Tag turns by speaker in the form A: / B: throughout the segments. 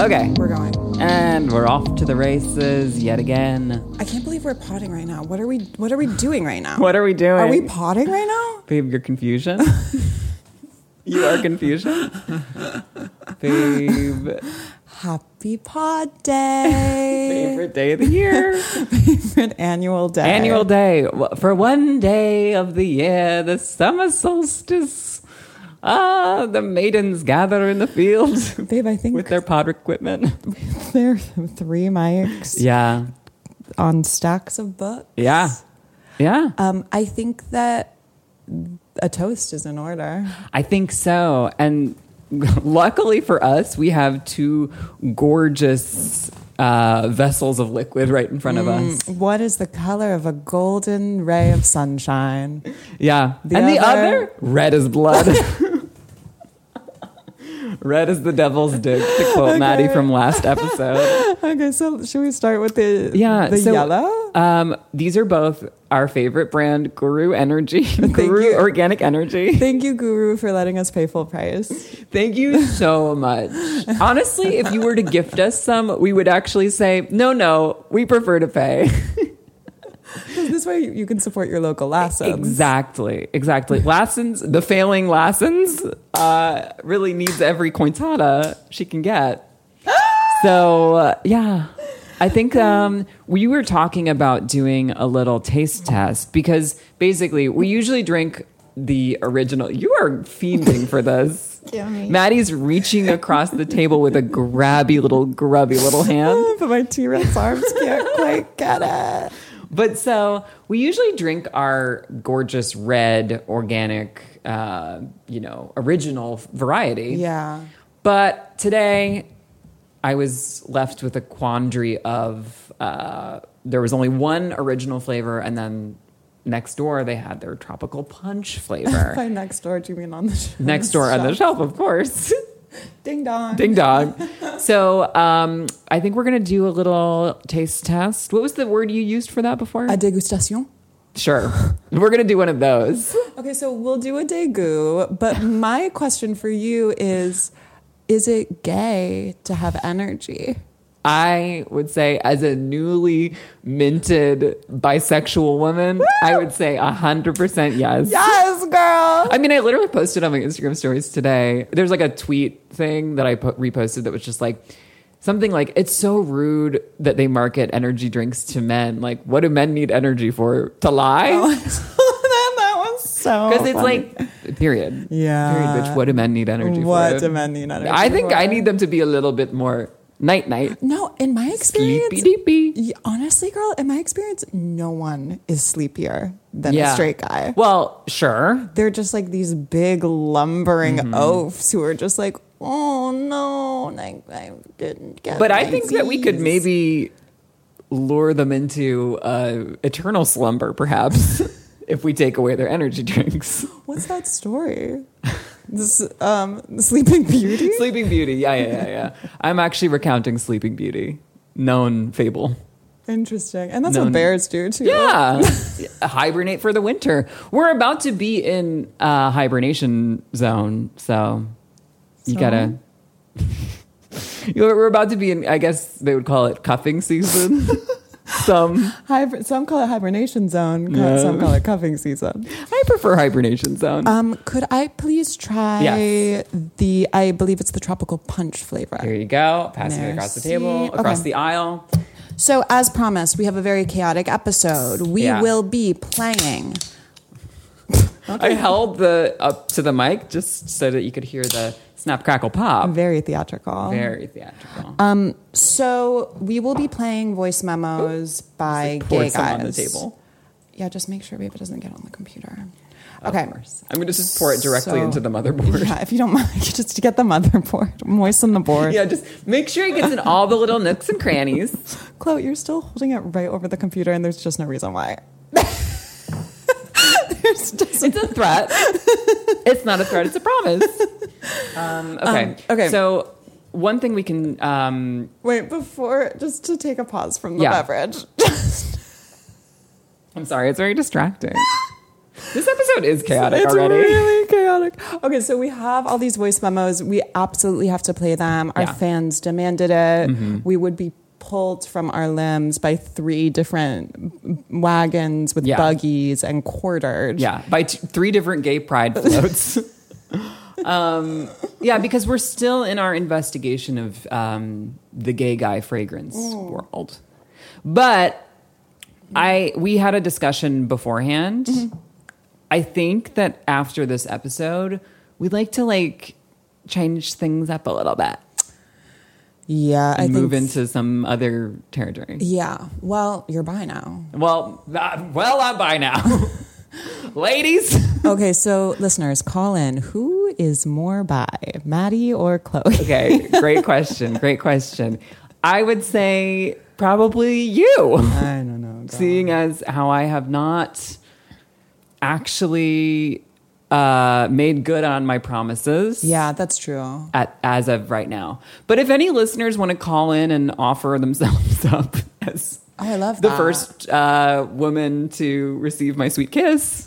A: Okay.
B: We're going.
A: And we're off to the races yet again.
B: I can't believe we're potting right now. What are we? What are we doing right now?
A: What are we doing?
B: Are we potting right now?
A: Babe, you're confusion. you are confusion. Babe,
B: Happy Pod Day,
A: favorite day of the year.
B: favorite annual day.
A: Annual day. W- For one day of the year, the summer solstice. Ah, the maidens gather in the fields
B: babe. I think
A: with their pod equipment.
B: there are three mics
A: Yeah.
B: on stacks of books.
A: Yeah. Yeah.
B: Um, I think that a toast is in order.
A: I think so. And luckily for us, we have two gorgeous uh, vessels of liquid right in front of us.
B: What is the color of a golden ray of sunshine?
A: Yeah.
B: The
A: and the
B: other-
A: other, red as blood. red as the devil's dick, to quote Maddie from last episode.
B: okay, so should we start with the
A: Yeah.
B: the
A: so,
B: yellow?
A: Um, these are both our favorite brand, Guru Energy, Guru
B: you.
A: Organic Energy.
B: Thank you, Guru, for letting us pay full price.
A: Thank you so much. Honestly, if you were to gift us some, we would actually say, no, no, we prefer to pay.
B: this way, you, you can support your local lasso.
A: Exactly, exactly. Lassens, the failing Lassens, uh, really needs every cointada she can get. so, uh, yeah. I think um, we were talking about doing a little taste test because basically we usually drink the original. You are fiending for this.
B: Yummy.
A: Maddie's reaching across the table with a grabby little, grubby little hand.
B: but my T Rex arms can't quite get it.
A: But so we usually drink our gorgeous red organic, uh, you know, original variety.
B: Yeah.
A: But today I was left with a quandary of uh, there was only one original flavor, and then next door they had their tropical punch flavor.
B: By next door, do you mean on the shelf?
A: next door on the shelf, of course.
B: Ding dong.
A: Ding dong. so um, I think we're going to do a little taste test. What was the word you used for that before?
B: A degustation.
A: Sure. We're going to do one of those.
B: Okay, so we'll do a degu, but my question for you is is it gay to have energy?
A: I would say, as a newly minted bisexual woman, I would say 100% yes.
B: Yes, girl.
A: I mean, I literally posted on my Instagram stories today. There's like a tweet thing that I put, reposted that was just like something like, it's so rude that they market energy drinks to men. Like, what do men need energy for? To lie?
B: that, that was so.
A: Because it's
B: Oh, funny.
A: like, period.
B: Yeah.
A: Period, bitch. What do men need energy for?
B: what do men need energy?
A: I think
B: for?
A: I need them to be a little bit more night night.
B: No, in my experience,
A: Sleepy-deepy.
B: Y- honestly, girl, in my experience, no one is sleepier than a straight guy.
A: Well, sure.
B: They're just like these big lumbering
A: Mm-hmm.
B: oafs who are just like, oh no, like I didn't get.
A: But I
B: my
A: think that we could
B: Z's."
A: maybe lure them into uh, eternal slumber, perhaps, if we take away their energy drinks.
B: What's that story? this um, Sleeping Beauty.
A: Sleeping Beauty. Yeah, yeah, yeah, yeah. I'm actually recounting Sleeping Beauty, known fable.
B: Interesting, and that's
A: No,
B: what
A: no.
B: bears do too.
A: Yeah. Hibernate for the winter. We're about to be in uh, hibernation zone, so you
B: So?
A: gotta. You know, We're about to be in, I guess they would call it cuffing season. Some.
B: Hiber- some call it hibernation zone.
A: Yeah.
B: Some call it cuffing season.
A: I prefer hibernation zone.
B: Um, could I please try
A: Yes.
B: the? I believe it's the tropical punch
A: Here
B: flavor.
A: you go. Passing it
B: Merci.
A: across the table, across
B: Okay.
A: the aisle.
B: So, as promised, we have a very chaotic episode. We
A: Yeah.
B: will be playing.
A: I held the up to the mic just so that you could hear the snap crackle pop.
B: Very Uh, theatrical. Mm,
A: Very theatrical.
B: So, we will be playing voice memos by
A: Poured
B: gay
A: some
B: guys.
A: on the table.
B: Yeah, just make sure Reba doesn't get on the computer. Okay.
A: I'm going to just pour it directly
B: So-
A: into the motherboard.
B: Yeah, if you don't mind, just to get the motherboard, moisten the board.
A: Yeah, just make sure it gets in all the little nooks and crannies.
B: Chloe, you're still holding it right over the computer, and there's just no reason why. there's just
A: It's a threat. It's not a threat. It's a promise. Um, okay.
B: Um, okay.
A: So one thing we can. Um,
B: Wait, before, just to take a pause from the
A: Yeah.
B: beverage.
A: I'm sorry. It's very distracting. this episode is chaotic
B: it's
A: already.
B: really chaotic. Okay, so we have all these voice memos. We absolutely have to play them. Our
A: Yeah. Mm-hmm.
B: fans demanded it. We would be pulled from our limbs by three different wagons with
A: Yeah.
B: buggies and quartered.
A: Yeah, by t- three different gay pride floats. um, yeah, because we're still in our investigation of um, the gay guy fragrance
B: Mm.
A: world. But I we had a discussion beforehand.
B: Mm-hmm.
A: I think that after this episode, we'd like to like change things up a little bit
B: Yeah, I
A: and move
B: think.
A: into some other territory.
B: yeah. Well, you're by now.
A: Well, uh, well, I'm by now, ladies.
B: okay, so listeners, call in. Who is more by, Maddie or Chloe?
A: Okay, great question. Great question. I would say probably you,
B: I don't know.
A: seeing as how I have not actually uh, made good on my promises.
B: Yeah, that's true.
A: At, as of right now. But if any listeners want to call in and offer themselves up as
B: Oh, I love
A: the
B: that.
A: first uh, woman to receive my sweet kiss.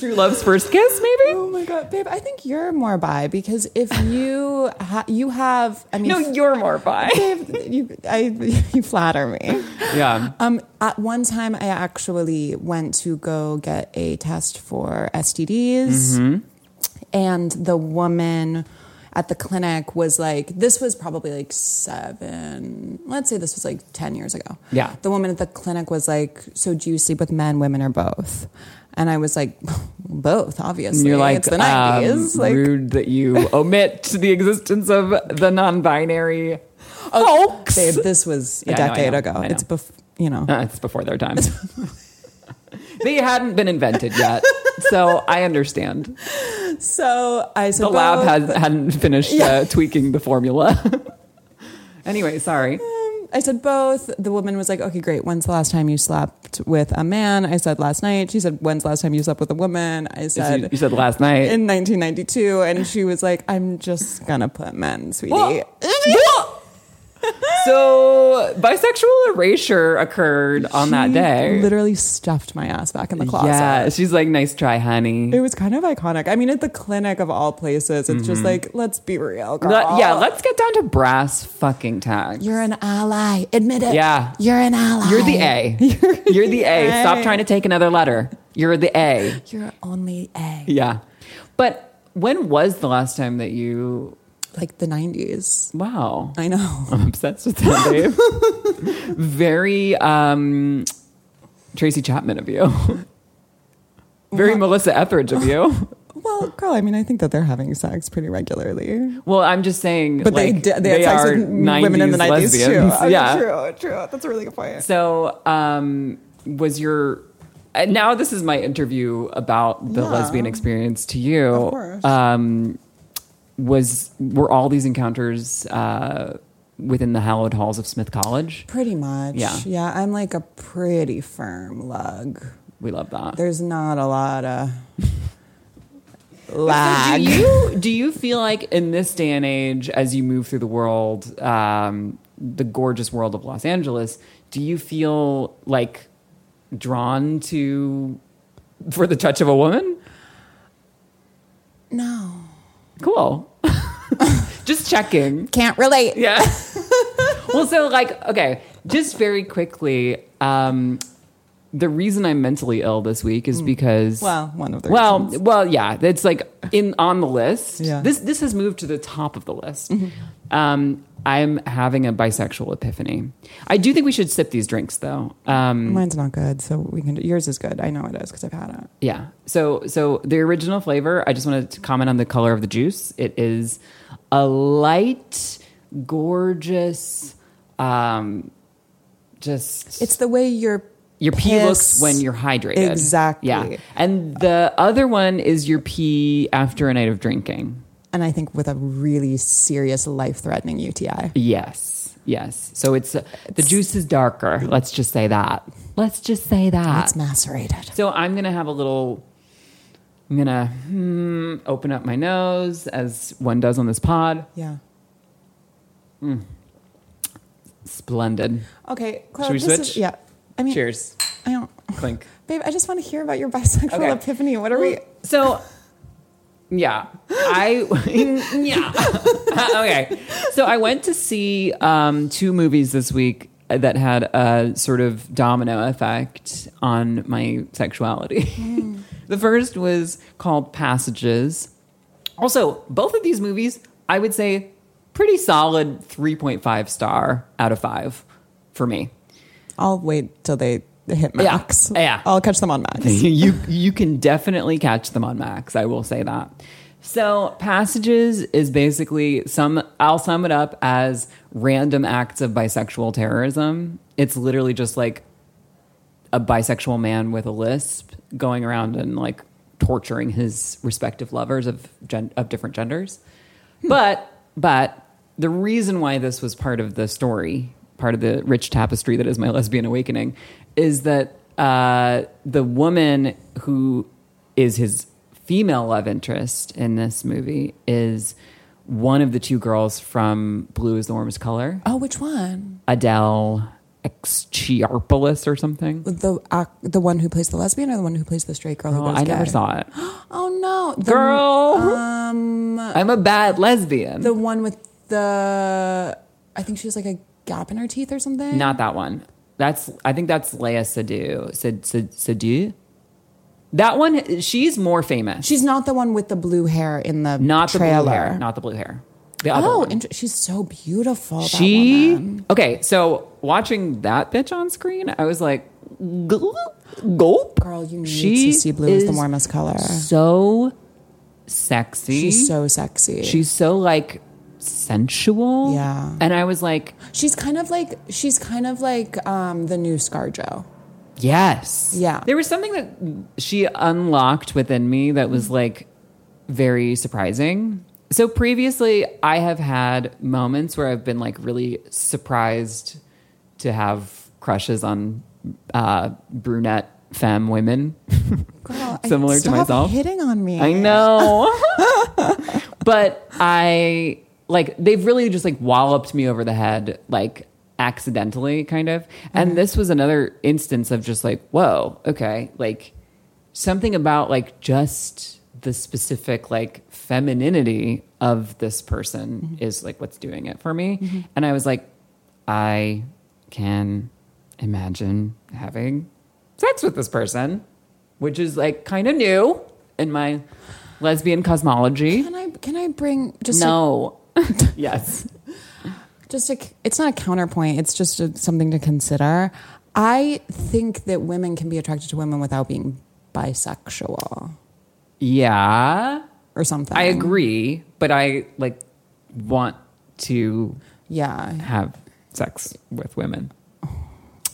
A: True love's first kiss, maybe?
B: Oh my god, babe! I think you're more bi because if you ha- you have, I mean,
A: No, you're more bi.
B: babe, you I you flatter me.
A: Yeah.
B: Um, at one time, I actually went to go get a test for STDs,
A: Mm-hmm.
B: and the woman at the clinic was like, "This was probably like seven. Let's say this was like ten years ago."
A: Yeah.
B: The woman at the clinic was like, "So do you sleep with men, women, or both?" And I was like, "Both, obviously."
A: And you're like,
B: it's the
A: um,
B: nineties, like
A: rude that you omit the existence of the non-binary folks.
B: babe, this was a
A: Yeah, I know, I
B: decade
A: know,
B: ago.
A: I know.
B: It's bef- you know.
A: Uh, it's before their time. they hadn't been invented yet, so I understand.
B: So I
A: The
B: suppose
A: lab has, hadn't finished
B: Yeah.
A: uh, tweaking the formula. anyway, sorry.
B: Um, I said both. The woman was like, okay, great. When's the last time you slept with a man? I said last night. She said, when's the last time you slept with a woman? I said,
A: You, you said last night.
B: in 1992. And she was like, I'm just going to put men, sweetie.
A: Well- well- so bisexual erasure occurred on that
B: She
A: day.
B: Literally stuffed my ass back in the closet.
A: yeah, she's like, "Nice try, honey."
B: It was kind of iconic. I mean, at the clinic of all places, it's just like, let's be real, girl.
A: Mm-hmm. Let- yeah, let's get down to brass fucking tacks.
B: You're an ally. Admit it.
A: Yeah.
B: You're an ally.
A: You're the A. You're, the A. Stop
B: A.
A: trying to take another letter. You're the A.
B: You're only A.
A: Yeah. But when was the last time that you?
B: Like the 90s.
A: Wow.
B: I know.
A: I'm obsessed with that, babe. Very um, Tracy Chapman of you. Very Melissa Etheridge of you.
B: Well, girl, I mean, I think that they're having sex pretty regularly.
A: Well, I'm just saying,
B: But
A: like,
B: they, d- they, had sex
A: are
B: with women in the 90s
A: 90s lesbians.
B: too. Oh,
A: yeah.
B: True, true. That's a really good point.
A: So, um, was your and now this is my interview about the
B: Yeah.
A: lesbian experience to you.
B: Of course.
A: Um, was were all these encounters uh, within the hallowed halls of Smith College?
B: Pretty much.
A: Yeah.
B: Yeah, I'm like a pretty firm lug.
A: We love that.
B: There's not a lot of
A: So
B: lag.
A: do you do you feel like in this day and age, as you move through the world, um, the gorgeous world of Los Angeles, do you feel like drawn to for the touch of a woman?
B: no.
A: Cool. just checking.
B: Can't relate.
A: Yeah. well, so like, okay, just very quickly, um, the reason I'm mentally ill this week is because
B: Hmm. Well, one of the
A: well,
B: reasons.
A: well, yeah, it's like in on the list.
B: Yeah. Mm-hmm.
A: This this has moved to the top of the list. Um, I'm having a bisexual epiphany. I do think we should sip these drinks though. Um,
B: Mine's not good, so we can. Do, yours is good. I know it is because I've had it.
A: yeah. So so the original flavor, I just wanted to comment on the color of the juice. It is a light, gorgeous, um, just
B: It's the way your
A: your pee
B: piss-
A: looks when you're hydrated.
B: Exactly.
A: Yeah. And the other one is your pee after a night of drinking.
B: and I think with a really serious life-threatening UTI.
A: Yes. Yes. So it's the juice is darker. Let's just say that. Let's just say that.
B: It's macerated.
A: So I'm gonna have a little. I'm gonna hmm, open up my nose as one does on this pod.
B: Yeah.
A: Splendid.
B: Okay, Chloe,
A: Should we
B: this
A: switch?
B: Is, yeah. I mean,
A: Cheers.
B: I don't.
A: Clink.
B: Babe, I just want to hear about your bisexual
A: Okay.
B: epiphany. What are we?
A: So, yeah, I yeah okay. So I went to see um, two movies this week that had a sort of domino effect on my sexuality. the first was called Passages. Also, both of these movies, I would say, pretty solid three point five star out of five for me.
B: I'll wait till they hit max.
A: Yeah.
B: I'll catch them on max.
A: you you can definitely catch them on Max. I will say that. So passages is basically some. I'll sum it up as random acts of bisexual terrorism. It's literally just like a bisexual man with a lisp going around and like torturing his respective lovers of gen- of different genders. But but the reason why this was part of the story, part of the rich tapestry that is my lesbian awakening, is that uh, the woman who is his female love interest in this movie is one of the two girls from Blue Is the Warmest Color,
B: Oh, which one?
A: Adele Exarchopoulos or something.
B: The ac the one who plays the lesbian or the one who plays the straight girl? who
A: Oh,
B: goes
A: I never
B: gay?
A: saw it.
B: Oh no, the,
A: Girl.
B: Um,
A: I'm a bad lesbian.
B: the one with the I think she has like a gap in her teeth or something.
A: Not that one. That's I think that's Leia Sadu. Sad, Sad, Sadu. That one. She's more famous.
B: She's not the one with the blue hair in the
A: not the
B: trailer.
A: blue hair. Not the blue hair. The other
B: oh,
A: one.
B: inter- she's so beautiful. that um,
A: she.
B: woman.
A: Okay, so watching that bitch on screen, I was like, gulp. gulp.
B: girl, you need
A: She
B: to see blue is the
A: is
B: warmest color.
A: So sexy.
B: She's so sexy.
A: She's so like sensual.
B: Yeah.
A: And I was like,
B: she's kind of like she's kind of like um, the new ScarJo.
A: Yes.
B: Yeah.
A: There was something that she unlocked within me that was like very surprising. So previously, I have had moments where I've been like really surprised to have crushes on uh, brunette femme women.
B: Girl,
A: Similar
B: I,
A: to
B: stop
A: myself?
B: hitting on me.
A: I know. but I like they've really just like walloped me over the head like accidentally kind of. And this was another instance of just like, whoa, okay, like something about like just the specific like femininity of this person is like what's doing it for me. And I was like, I can imagine having sex with this person, which is like kind of new in my lesbian cosmology.
B: Can I can I bring just a
A: No. yes.
B: just a, it's not a counterpoint it's just a, something to consider i think that women can be attracted to women without being bisexual
A: Yeah.
B: or something
A: I agree, but I like want to
B: yeah
A: have sex with women.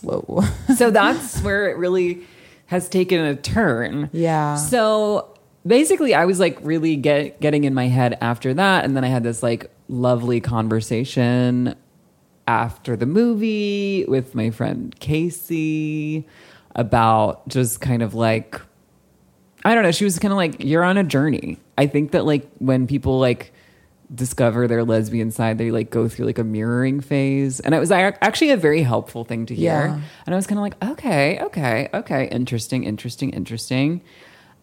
B: whoa
A: so that's where it really has taken a turn.
B: Yeah.
A: So basically, I was like really get, getting in my head after that. And then I had this like lovely conversation after the movie with my friend Casey about just kind of like, I don't know. She was kind of like, you're on a journey. I think that like when people like discover their lesbian side, they like go through like a mirroring phase. And it was ac- actually a very helpful thing to hear.
B: Yeah.
A: And I was kind of like, okay, okay, okay, interesting, interesting, interesting.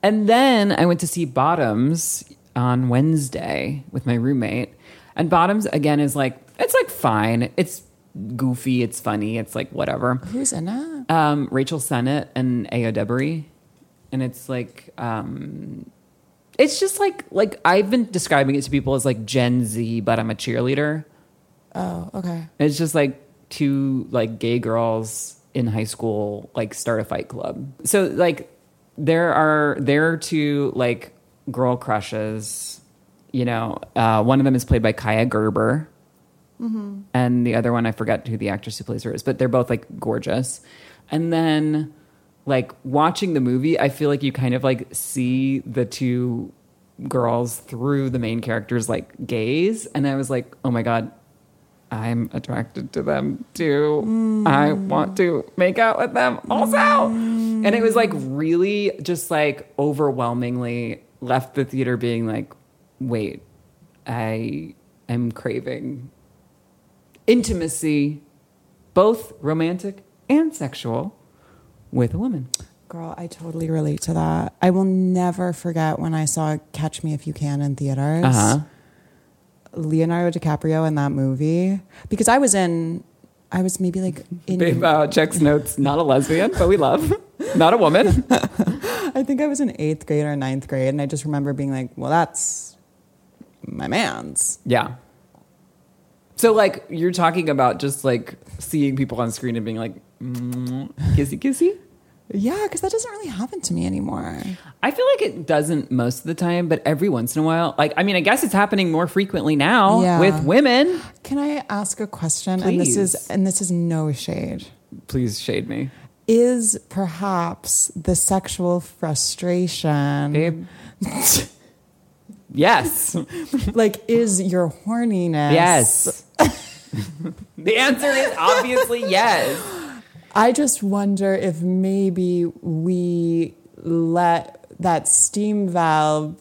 A: And then I went to see Bottoms on Wednesday with my roommate. And Bottoms again is like, it's like fine. It's goofy, it's funny, it's like whatever
B: who's in it
A: um, Rachel Sennett and Ayo Debury, and it's like um, it's just like like I've been describing it to people as like Gen Z, but I'm a cheerleader.
B: oh okay
A: And it's just like two like gay girls in high school like start a fight club. So like there are there are two like girl crushes. You know, uh, one of them is played by Kaya Gerber, Mm-hmm. and the other one I forgot who the actress who plays her is, but they're both like gorgeous. And then like watching the movie, I feel like you kind of like see the two girls through the main character's like gaze, and I was like, oh my god, I'm attracted to them too. I want to make out with them also. And it was like really just like overwhelmingly left the theater being like, wait, I am craving intimacy, both romantic and sexual, with a woman.
B: Girl, I totally relate to that. I will never forget when I saw Catch Me If You Can in theaters.
A: Uh huh.
B: Leonardo DiCaprio in that movie because I was in, I was maybe like in,
A: Babe uh, checks notes. Not a lesbian, but we love. Not a woman.
B: I think I was in eighth grade or ninth grade, and I just remember being like, well, that's my man's.
A: Yeah. So like you're talking about just like seeing people on screen and being like mm, kissy kissy.
B: Yeah, because that doesn't really happen to me anymore.
A: I feel like it doesn't most of the time, but every once in a while, like I mean, I guess it's happening more frequently now
B: Yeah.
A: with women.
B: Can I ask a question? And this
A: Please.
B: is and this is no shade.
A: Please shade me.
B: Is perhaps the sexual frustration
A: Babe. Yes.
B: like is your horniness?
A: Yes. the answer is obviously yes.
B: I just wonder if maybe we let that steam valve.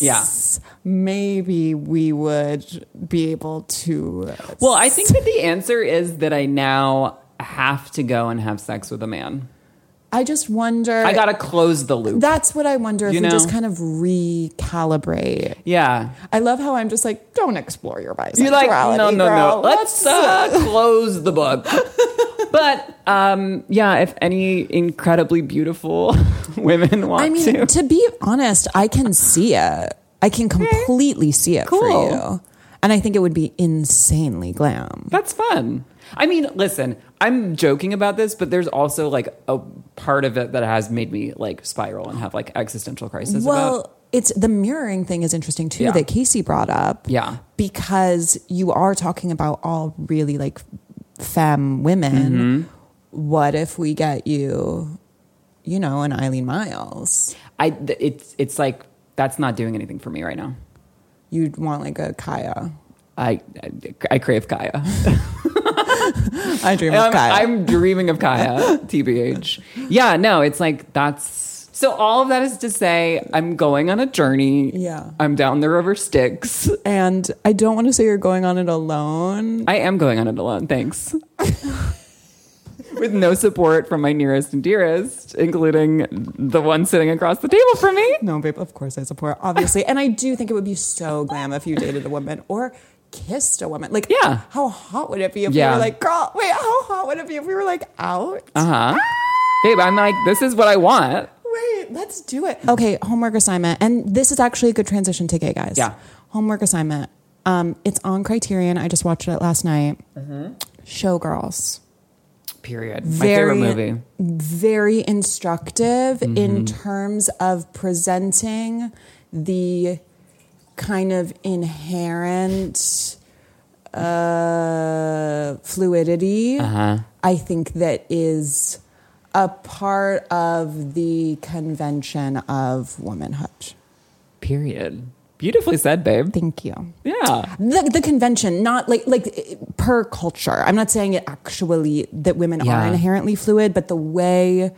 A: Yeah.
B: Maybe we would be able to. uh,
A: Well, I think that the answer is that I now have to go and have sex with a man.
B: I just wonder.
A: I got to close the loop.
B: That's what I wonder if
A: You
B: we just
A: know?
B: kind of recalibrate.
A: Yeah.
B: I love how I'm just like, don't explore your bisexuality.
A: You're like, no, no,
B: girl.
A: no. Let's uh, close the book. but um, yeah, if any incredibly beautiful women want
B: I
A: to,
B: mean, to be honest, I can see it. I can completely see it for
A: Cool.
B: you. And I think it would be insanely glam.
A: that's fun. I mean, listen, I'm joking about this, but there's also like a part of it that has made me like spiral and have like existential crisis
B: Well,
A: about.
B: it's the mirroring thing is interesting too
A: Yeah.
B: that Casey brought up.
A: Yeah.
B: Because you are talking about all really like femme
A: Mm-hmm.
B: women. What if we get you, you know, an Eileen Miles?
A: I th- it's it's like that's not doing anything for me right now.
B: You'd want like a Kaya.
A: I I, I crave Kaya.
B: I dream
A: I'm,
B: of Kaya.
A: Um, I'm dreaming of Kaya, TBH. Yeah, no, it's like that's so. All of that is to say, I'm going on a journey.
B: Yeah.
A: I'm down the river Styx.
B: and I don't want to say you're going on it alone.
A: I am going on it alone. Thanks. With no support from my nearest and dearest, including the one sitting across the table from me.
B: No, babe, of course I support, obviously. and I do think it would be so glam if you dated a woman or kissed a woman. Like,
A: Yeah.
B: how hot would it be if we
A: Yeah.
B: were like, girl, wait, how hot would it be if we were like out?
A: Uh huh. Babe, I'm like, this is what I want.
B: Wait, let's do it. Okay, homework assignment. And this is actually a good transition to gay guys.
A: Yeah.
B: Homework assignment. Um, it's on Criterion. I just watched it last night.
A: Mm-hmm.
B: Showgirls.
A: Period. My favorite movie. Mm-hmm.
B: Very instructive in terms of presenting the kind of inherent uh, fluidity.
A: Uh-huh.
B: I think that is a part of the convention of womanhood.
A: Period. Beautifully said, babe.
B: Thank you.
A: Yeah.
B: The, the convention, not like like per culture. I'm not saying it actually that women
A: Yeah.
B: are inherently fluid, but the way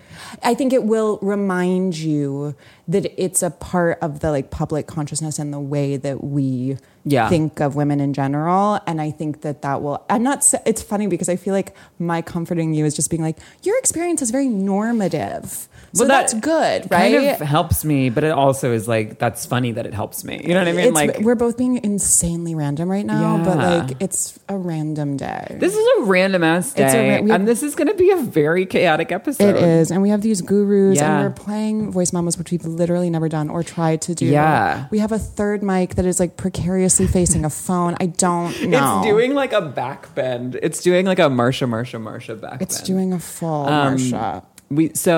B: I think it will remind you that it's a part of the like public consciousness and the way that we
A: Yeah.
B: think of women in general. And I think that that will. I'm not. sa- It's funny because I feel like my comforting you is just being like your experience is very normative, so
A: Well, that
B: that's good, right?
A: kind of helps me, but it also is like that's funny that it helps me. You know what I mean?
B: It's-
A: like
B: we're both being insanely random right now, but
A: Yeah.
B: like it's a random day.
A: this is a random ass
B: It's a
A: day,
B: ra- we-
A: and this is going to be a very chaotic episode.
B: It is. And we have these gurus
A: Yeah.
B: and we're playing voice memos, which we've literally never done or tried to do.
A: Yeah.
B: We have a third mic that is like precariously facing a phone. I don't know.
A: It's doing like a back bend. It's doing like a Marsha, Marsha, Marsha back
B: It's
A: bend.
B: doing a full
A: Um,
B: Marsha.
A: We so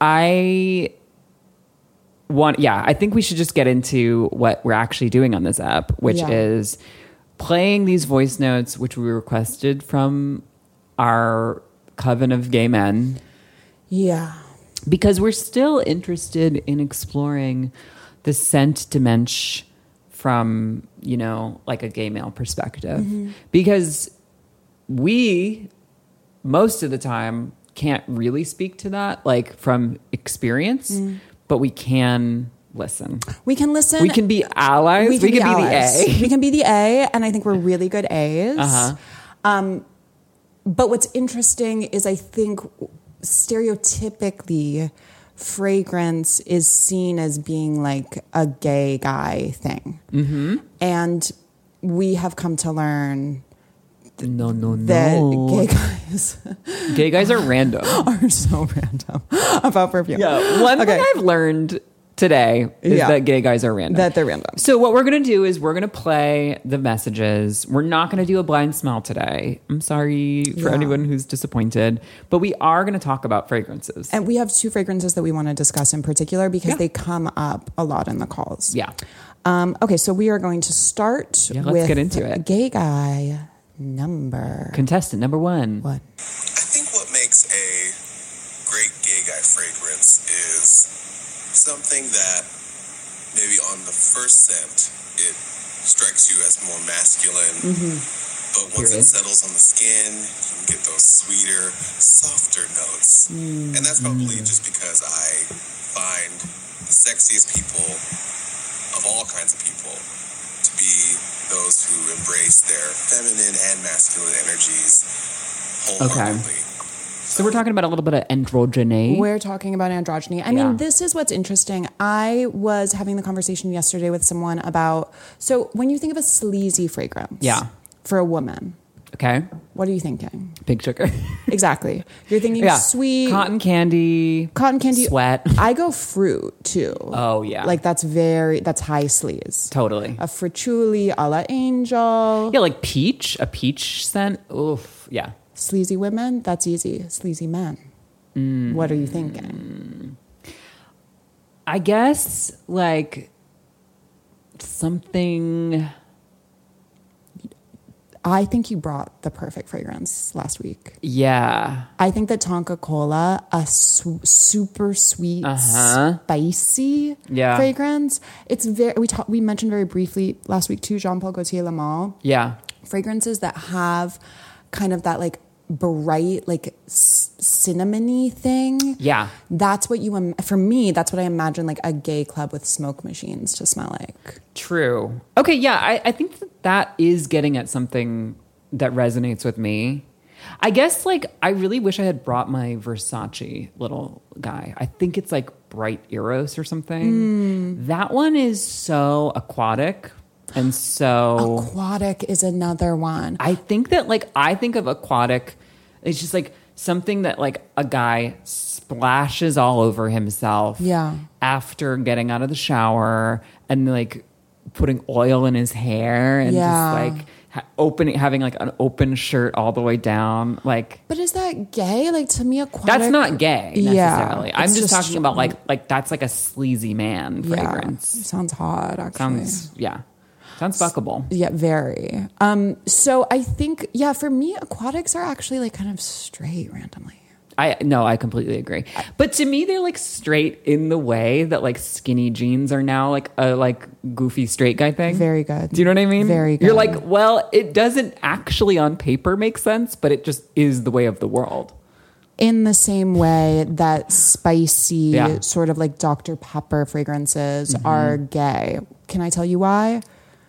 A: I want yeah, I think we should just get into what we're actually doing on this app, which
B: Yeah.
A: is playing these voice notes which we requested from our coven of gay men.
B: Yeah.
A: because we're still interested in exploring the scent dimension from you know like a gay male perspective because we most of the time can't really speak to that like from experience but we can listen
B: We can listen.
A: we can be allies we can, be,
B: allies.
A: the a
B: We can be the A, and I think we're really good A's.
A: Uh-huh.
B: Um, But what's interesting is I think stereotypically, fragrance is seen as being like a gay guy thing.
A: Mm-hmm.
B: And we have come to learn
A: No, no,
B: that
A: no.
B: gay guys
A: Gay, guys are random.
B: are so random about perfume.
A: yeah. One
B: Okay.
A: thing I've learned today is
B: Yeah.
A: that gay guys are random.
B: That they're random.
A: So what we're gonna do is we're gonna play the messages. We're not gonna do a blind smell today. I'm sorry for
B: Yeah.
A: anyone who's disappointed, but we are gonna talk about fragrances.
B: And we have two fragrances that we want to discuss in particular because
A: Yeah.
B: they come up a lot in the calls.
A: yeah.
B: Um, okay, so we are going to start
A: Yeah, let's
B: with
A: get into it.
B: gay guy number
A: Contestant number one.
B: one.
C: I think what makes a great gay guy fragrance is something that maybe on the first scent it strikes you as more masculine, but once
A: Period.
C: it settles on the skin, you can get those sweeter, softer notes. And that's probably just because I find the sexiest people of all kinds of people to be those who embrace their feminine and masculine energies wholeheartedly.
A: So we're talking about a little bit of androgyny.
B: We're talking about androgyny. I
A: Yeah.
B: mean, this is what's interesting. I was having the conversation yesterday with someone about so when you think of a sleazy fragrance
A: Yeah.
B: for a woman,
A: okay.
B: what are you thinking?
A: Pink sugar.
B: Exactly. You're thinking
A: yeah.
B: sweet
A: Cotton candy.
B: cotton candy.
A: Sweat.
B: I go fruit too.
A: Oh, yeah.
B: Like that's very that's high sleaze.
A: Totally.
B: A fritchuli a la angel.
A: Yeah, like peach, a peach scent. Oof. Yeah.
B: Sleazy women, that's easy. Sleazy men.
A: Mm.
B: What are you thinking?
A: I guess like something
B: I think you brought the perfect fragrance last week.
A: yeah.
B: I think that Tonka Cola, a su- super sweet,
A: Uh-huh.
B: spicy
A: Yeah.
B: fragrance. It's very we ta- we mentioned very briefly last week too. Jean Paul Gaultier Lamal
A: Yeah.
B: fragrances that have kind of that like bright like s- cinnamony thing.
A: Yeah.
B: That's what you Im- for me. That's what I imagine like a gay club with smoke machines to smell like.
A: True. Okay, yeah, I, I think that that is getting at something that resonates with me. I guess like I really wish I had brought my Versace little guy. I think it's like bright Eros or something. That one is so aquatic and so
B: Aquatic is another one.
A: I think that like I think of aquatic, it's just like something that like a guy splashes all over himself.
B: Yeah.
A: After getting out of the shower and like putting oil in his hair and
B: Yeah.
A: just like ha- opening having like an open shirt all the way down like.
B: But is that gay? Like to me, aquatic.
A: That's not gay
B: Yeah.
A: necessarily. I'm
B: It's
A: just,
B: just-
A: talking about like like that's like a sleazy man fragrance.
B: Sounds hot, actually.
A: Sounds yeah. Sounds fuckable.
B: yeah, very. Um, so I think, yeah, for me, aquatics are actually like kind of straight randomly.
A: I no, I completely agree. But to me, they're like straight in the way that like skinny jeans are now like a like goofy straight guy thing.
B: Very good.
A: Do you know what I mean?
B: Very
A: You're
B: good.
A: like, well, it doesn't actually on paper make sense, but it just is the way of the world.
B: In the same way that spicy,
A: Yeah. Mm-hmm.
B: sort of like Dr. Pepper fragrances are gay. Can I tell you why?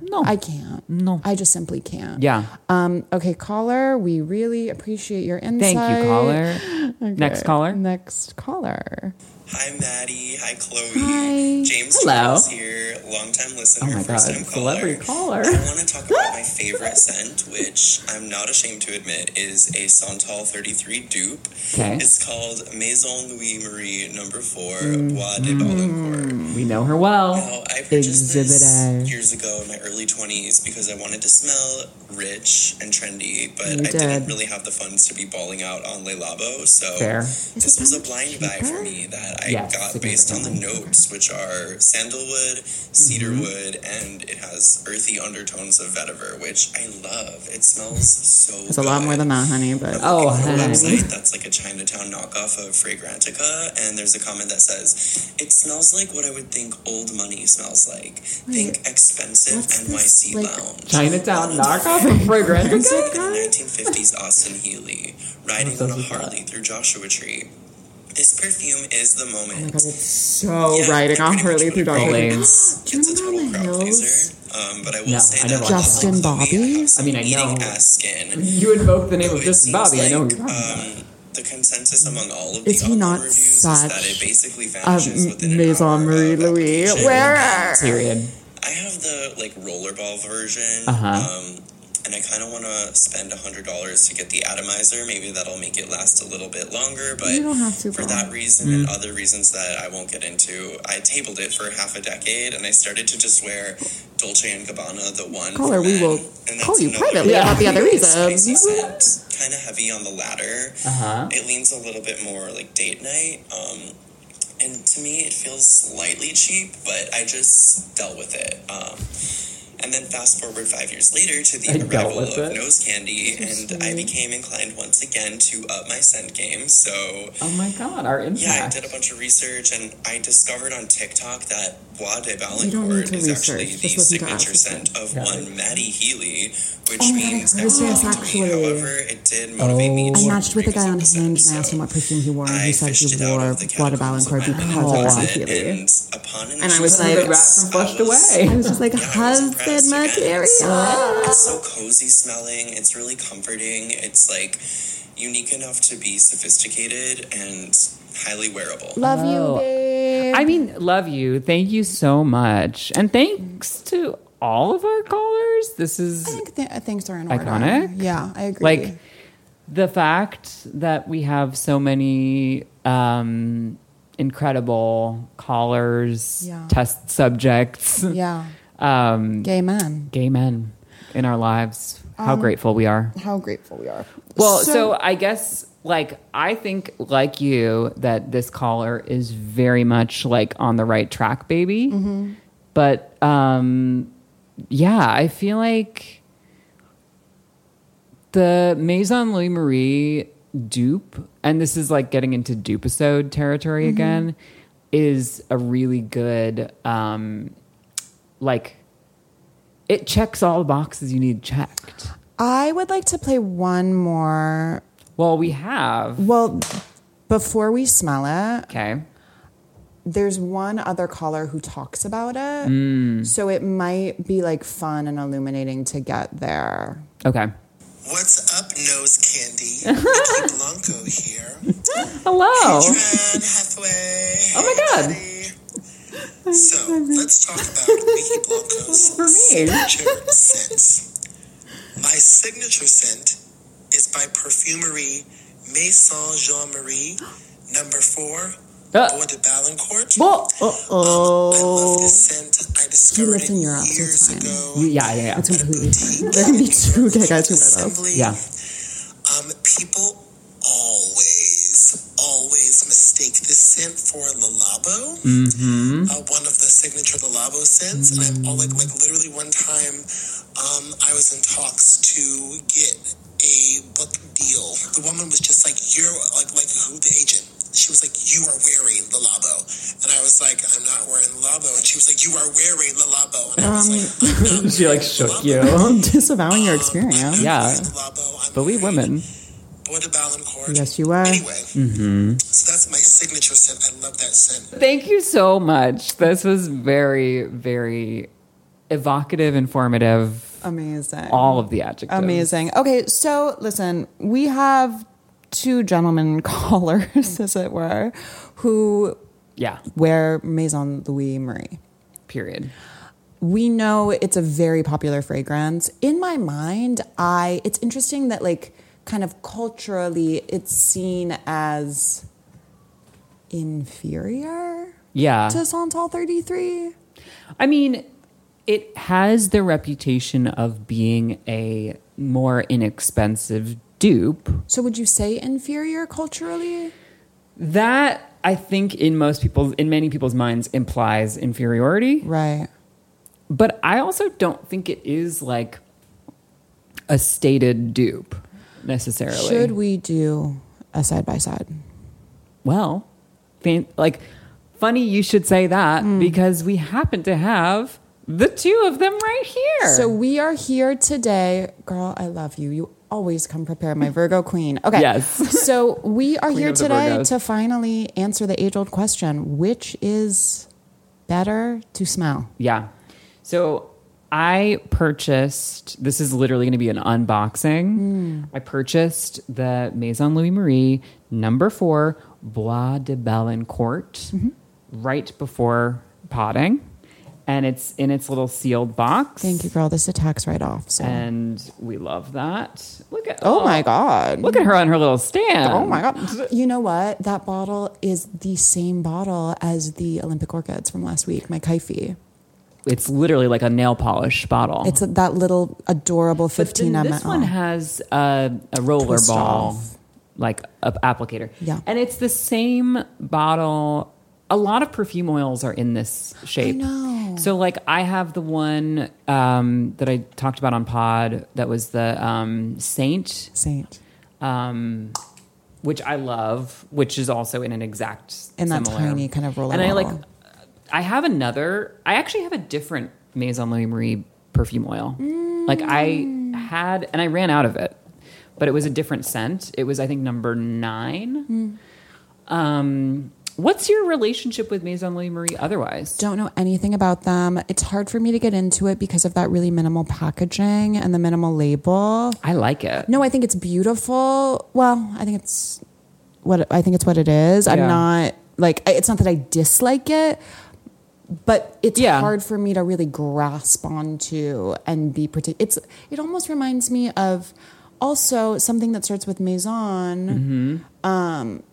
A: No.
B: I can't.
A: No.
B: I just simply can't.
A: Yeah.
B: Um, okay, caller, we really appreciate your insight.
A: Thank you, caller. Oh Next
B: Okay,
A: caller.
B: Next caller.
C: Hi, Maddie. Hi, Chloe.
B: Hi.
C: James
A: Hello.
C: Charles here, longtime listener,
A: Oh my
C: first
A: God,
C: time
A: celebrity caller.
C: I want to talk about my favorite scent, which I'm not ashamed to admit is a Santal 33 dupe.
A: Okay.
C: It's called Maison Louis Marie Number Four
A: Mm,
C: Bois de Balancourt.
A: We know her well.
C: Now, I purchased
B: Exhibit A.
C: this years ago in my early 20s because I wanted to smell rich and trendy, but
A: You
C: I
A: did.
C: didn't really have the funds to be balling out on Le Labo. So
A: Fair.
C: this was a blind buy for me that I
A: Yes,
C: got based on the
A: significantly.
C: notes, which are sandalwood, cedarwood, and it has earthy undertones of vetiver, which I love. It smells so
B: It's a lot more
C: good.
B: than that, honey, but
A: Oh,
C: On a
A: honey.
C: website that's like a Chinatown knockoff of Fragrantica, and there's a comment that says, "It smells like what I would think old money smells like. think expensive
B: what's
C: NYC
B: this, like,
C: lounge,
A: Chinatown knockoff of fragrance.
C: Music in the 1950s Austin Healy, riding on a Harley through Joshua Tree. This perfume is the moment.
B: Oh it's so
C: Yeah, I pretty much would agree.
A: Harley.
C: It's,
B: Do you
C: it's
B: remember
C: a total
B: on the
C: crowd
B: hills?
C: pleaser. Um, but I will
A: No,
C: say
A: I
C: that
A: never
C: I
A: watched
B: Justin
C: love
B: Bobby?
C: Movie. I, have
A: I mean, I
C: some
A: know.
C: eating ass skin.
A: You invoke the name of
C: It
A: Justin
C: seems
A: Bobby. I know
C: like,
A: what you're talking about.
C: um, The consensus among all of
B: Is
C: the
B: he
C: Audible
B: not
C: reviews is that it
B: such
C: basically
B: Uh,
C: vanishes within an hour
B: Maison Marie
C: of
B: Louis.
C: application.
B: Where?
A: Period.
C: I have the like rollerball version.
A: Uh-huh.
C: Um, and I kind of want to spend hundred dollars to get the atomizer. Maybe that'll make it last a little bit longer. But
B: You don't have to, Mm.
C: for
B: Bob.
C: that reason and other reasons that I won't get into. I tabled it for half a decade, and I started to just wear Dolce and Gabbana, the one.
B: Caller,
C: for
B: we
C: men,
B: will
C: and
B: call
C: that's
B: you
C: another
B: privately
A: Yeah.
B: about the other
C: Spicy
B: reasons.
C: scent, kind of heavy on the latter.
A: Uh-huh.
C: It leans a little bit more like date night. Um, and to me, it feels slightly cheap, but I just dealt with it. Um, and then fast forward five years later to the
A: I dealt
C: arrival
A: with
C: of
A: it.
C: nose candy, and I became inclined once again to up my scent game. So
A: Oh my god, our impact.
C: yeah, I did a bunch of research and I discovered on TikTok that Bois de
B: You don't need
C: Valancourt
B: to
C: is actually
B: research,
C: the
B: just listen to
C: signature
B: us.
C: scent of
A: Yeah.
C: one Maddie Healy, which
B: Oh my God, I
C: means
B: heard this
C: everything
B: dance
C: to me.
B: actually.
C: However, it did motivate me
A: Oh.
C: to
B: I matched with a guy on
C: revisit this
B: Hinge and I asked
C: episode.
B: him what perfume he wore, and
C: I
B: he said
C: fished
B: he
C: it out
B: wore
C: of the
B: Water
C: catacombs of
B: Balancourt
C: my
B: because of
C: mental
A: closet
B: Black
C: closet,
B: Theory.
C: and upon
B: And I was
A: This is the
B: like-
A: rat from Flushed
B: I
A: Away.
B: was just like,
C: Yeah, I was
B: husband
C: impressed again.
B: material.
C: It's so cozy smelling. It's really comforting. It's like unique enough to be sophisticated and highly wearable.
B: Love
A: Oh.
B: you, babe.
A: I mean, love you. Thank you so much. And thanks to all of our callers. This
B: I
A: is
B: think th- things are in order.
A: Iconic?
B: Yeah, I agree.
A: like the fact that we have so many um, incredible callers,
B: Yeah.
A: test subjects,
B: yeah,
A: um,
B: gay men.
A: gay men in our lives. How grateful we are.
B: How grateful we are.
A: Well, so, I guess like I think like you that this caller is very much like on the right track, baby. But um yeah, I feel like the Maison Louis Marie dupe, and this is like getting into dupisode territory again, is a really good um like it checks all the boxes you need checked.
B: I would like to play one more.
A: Well, we have
B: Well, before we smell it,
A: Okay.
B: there's one other caller who talks about it.
A: Mm.
B: So it might be like fun and illuminating to get there.
A: Okay.
C: What's up, nose candy? Nikki Blanco here.
A: Hello.
C: Fran Hathaway.
A: Oh my God.
C: God. So let's talk about Nikki Blanco's
A: For me.
C: signature scent. My signature scent is by Perfumerie Maison Jean Marie, number four,
A: Uh,
C: Bois de Balancourt.
A: well, uh,
C: I love this scent. I discovered
B: lives in
C: it
B: Europe, so it's
C: years
B: fine.
C: ago.
A: yeah, yeah, yeah.
B: It's completely fine. There can be two gay guys who wear those.
C: Assembly.
A: Yeah.
C: Um, people always, always mistake this scent for Lalabo,
A: Mm-hmm.
C: uh, one of the signature Lalabo scents. And I'm all like, like literally one time, um, I was in talks to get a book deal. The woman was just like, "You're like, like who the agent." She was like, "You are wearing Lalabo," and I was like, "I'm not wearing Lalabo." And she was like, "You are wearing Lalabo," and I was
B: Um,
C: like, "Um, "I'm not
A: she like shook you.
B: I'm disavowing your experience.
A: Yeah.
C: Lalabo, I'm
A: But we
C: wearing
A: women.
C: Bois de Balancourt.
B: Yes, you are. Mm-hmm.
C: Anyway, so that's my signature scent. I love that scent.
A: Thank you so much. This was very, very evocative, informative.
B: Amazing.
A: All of the adjectives.
B: Amazing. Okay, so listen, we have two gentlemen callers, as it were, who
A: Yeah.
B: wear Maison Louis Marie.
A: Period.
B: We know it's a very popular fragrance. In my mind, I it's interesting that like kind of culturally it's seen as inferior
A: Yeah.
B: to Santal 33.
A: I mean, it has the reputation of being a more inexpensive dupe.
B: So would you say inferior culturally?
A: That I think in most people's in many people's minds implies inferiority.
B: Right.
A: but I also don't think it is like a stated dupe necessarily.
B: Should we do a side by side?
A: Well, fan- like funny you should say that
B: Hmm.
A: because we happen to have the two of them right here.
B: So we are here today. Girl, I love you. You always come prepared, my Virgo queen. Okay.
A: Yes.
B: So we are here
A: of the
B: today
A: Virgos.
B: to finally answer the age old question which is better to smell?
A: yeah. So I purchased, this is literally going to be an unboxing.
B: Hmm.
A: I purchased the Maison Louis Marie number four Bois de Bellancourt
B: Mm-hmm.
A: right before potting. And it's in its little sealed box.
B: Thank you, girl. This is a tax write off. So.
A: And we love that. Look at
B: oh my God.
A: Look at her on her little stand.
B: Oh my God. You know what? That bottle is the same bottle as the Olympic orchids from last week, my Kaifi.
A: It's literally like a nail polish bottle.
B: It's that little adorable
A: But
B: 15
A: then
B: ml.
A: This one has a, a roller
B: Twist
A: ball,
B: off.
A: like a applicator.
B: Yeah.
A: and it's the same bottle. A lot of perfume oils are in this shape.
B: know.
A: So, like, I have the one um, that I talked about on Pod that was the um, Saint,
B: Saint.
A: um, which I love, which is also in an exact
B: In that
A: similar-
B: tiny kind of roller
A: And I like,
B: bottle.
A: I have another. I actually have a different Maison Louis Marie perfume oil. Like
B: Mm.
A: I had, and I ran out of it, but it was a different scent. It was, I think, number
B: Hmm.
A: nine. Um, what's your relationship with Maison Louis Marie? Otherwise,
B: Don't know anything about them. It's hard for me to get into it because of that really minimal packaging and the minimal label.
A: I like it.
B: No, I think it's beautiful. Well, I think it's what I think it's what it is. I'm
A: Yeah.
B: not like I- it's not that I dislike it, but it's
A: Yeah.
B: hard for me to really grasp onto and be particular. It's it almost reminds me of also something that starts with Maison.
A: Mm-hmm.
B: Um,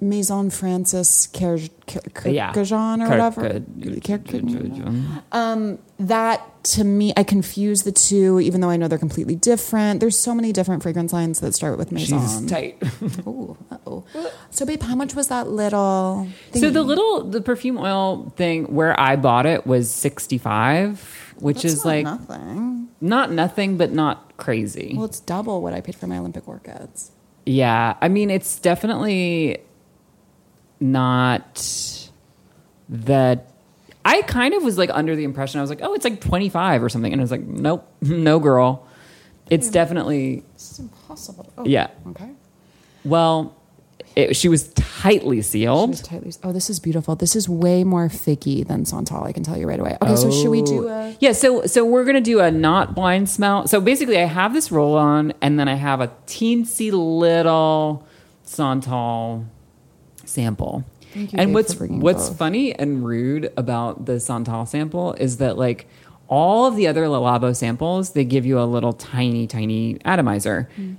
B: Maison Francis Kerj- Ker- Ker-
A: yeah,
B: Kerjan or
A: Kirk-
B: whatever.
A: good-
B: Ker-
A: good- good-
B: that to me, I confuse the two, even though I know they're completely different. There's so many different fragrance lines that start with Maison.
A: She's tight.
B: Ooh, uh-oh. So, babe, how much was that little?
A: So
B: thingy?
A: the little the perfume oil thing where I bought it was sixty five, which
B: That's
A: is
B: not
A: like
B: nothing.
A: not nothing, but not crazy.
B: Well, it's double what I paid for my Olympic workouts.
A: Yeah, I mean, it's definitely not that. I kind of was like under the impression I was like, oh, it's like 25 or something. And I was like, nope, no, girl. It's definitely,
B: It's impossible. Oh,
A: yeah.
B: Okay.
A: Well, it, she was tightly
B: She
A: sealed.
B: was tightly- Oh, this is beautiful. This is way more figgy than Santal. I can tell you right away. Okay, Oh, so should we
A: Oh.
B: do a?
A: Yeah, so so we're gonna do a not blind smell. So basically, I have this roll on, and then I have a teensy little Santal sample.
B: Thank you,
A: and
B: babe,
A: what's
B: for bringing
A: what's
B: both.
A: funny and rude about the Santal sample is that like all of the other Lalabo samples, they give you a little tiny tiny atomizer.
B: Hmm.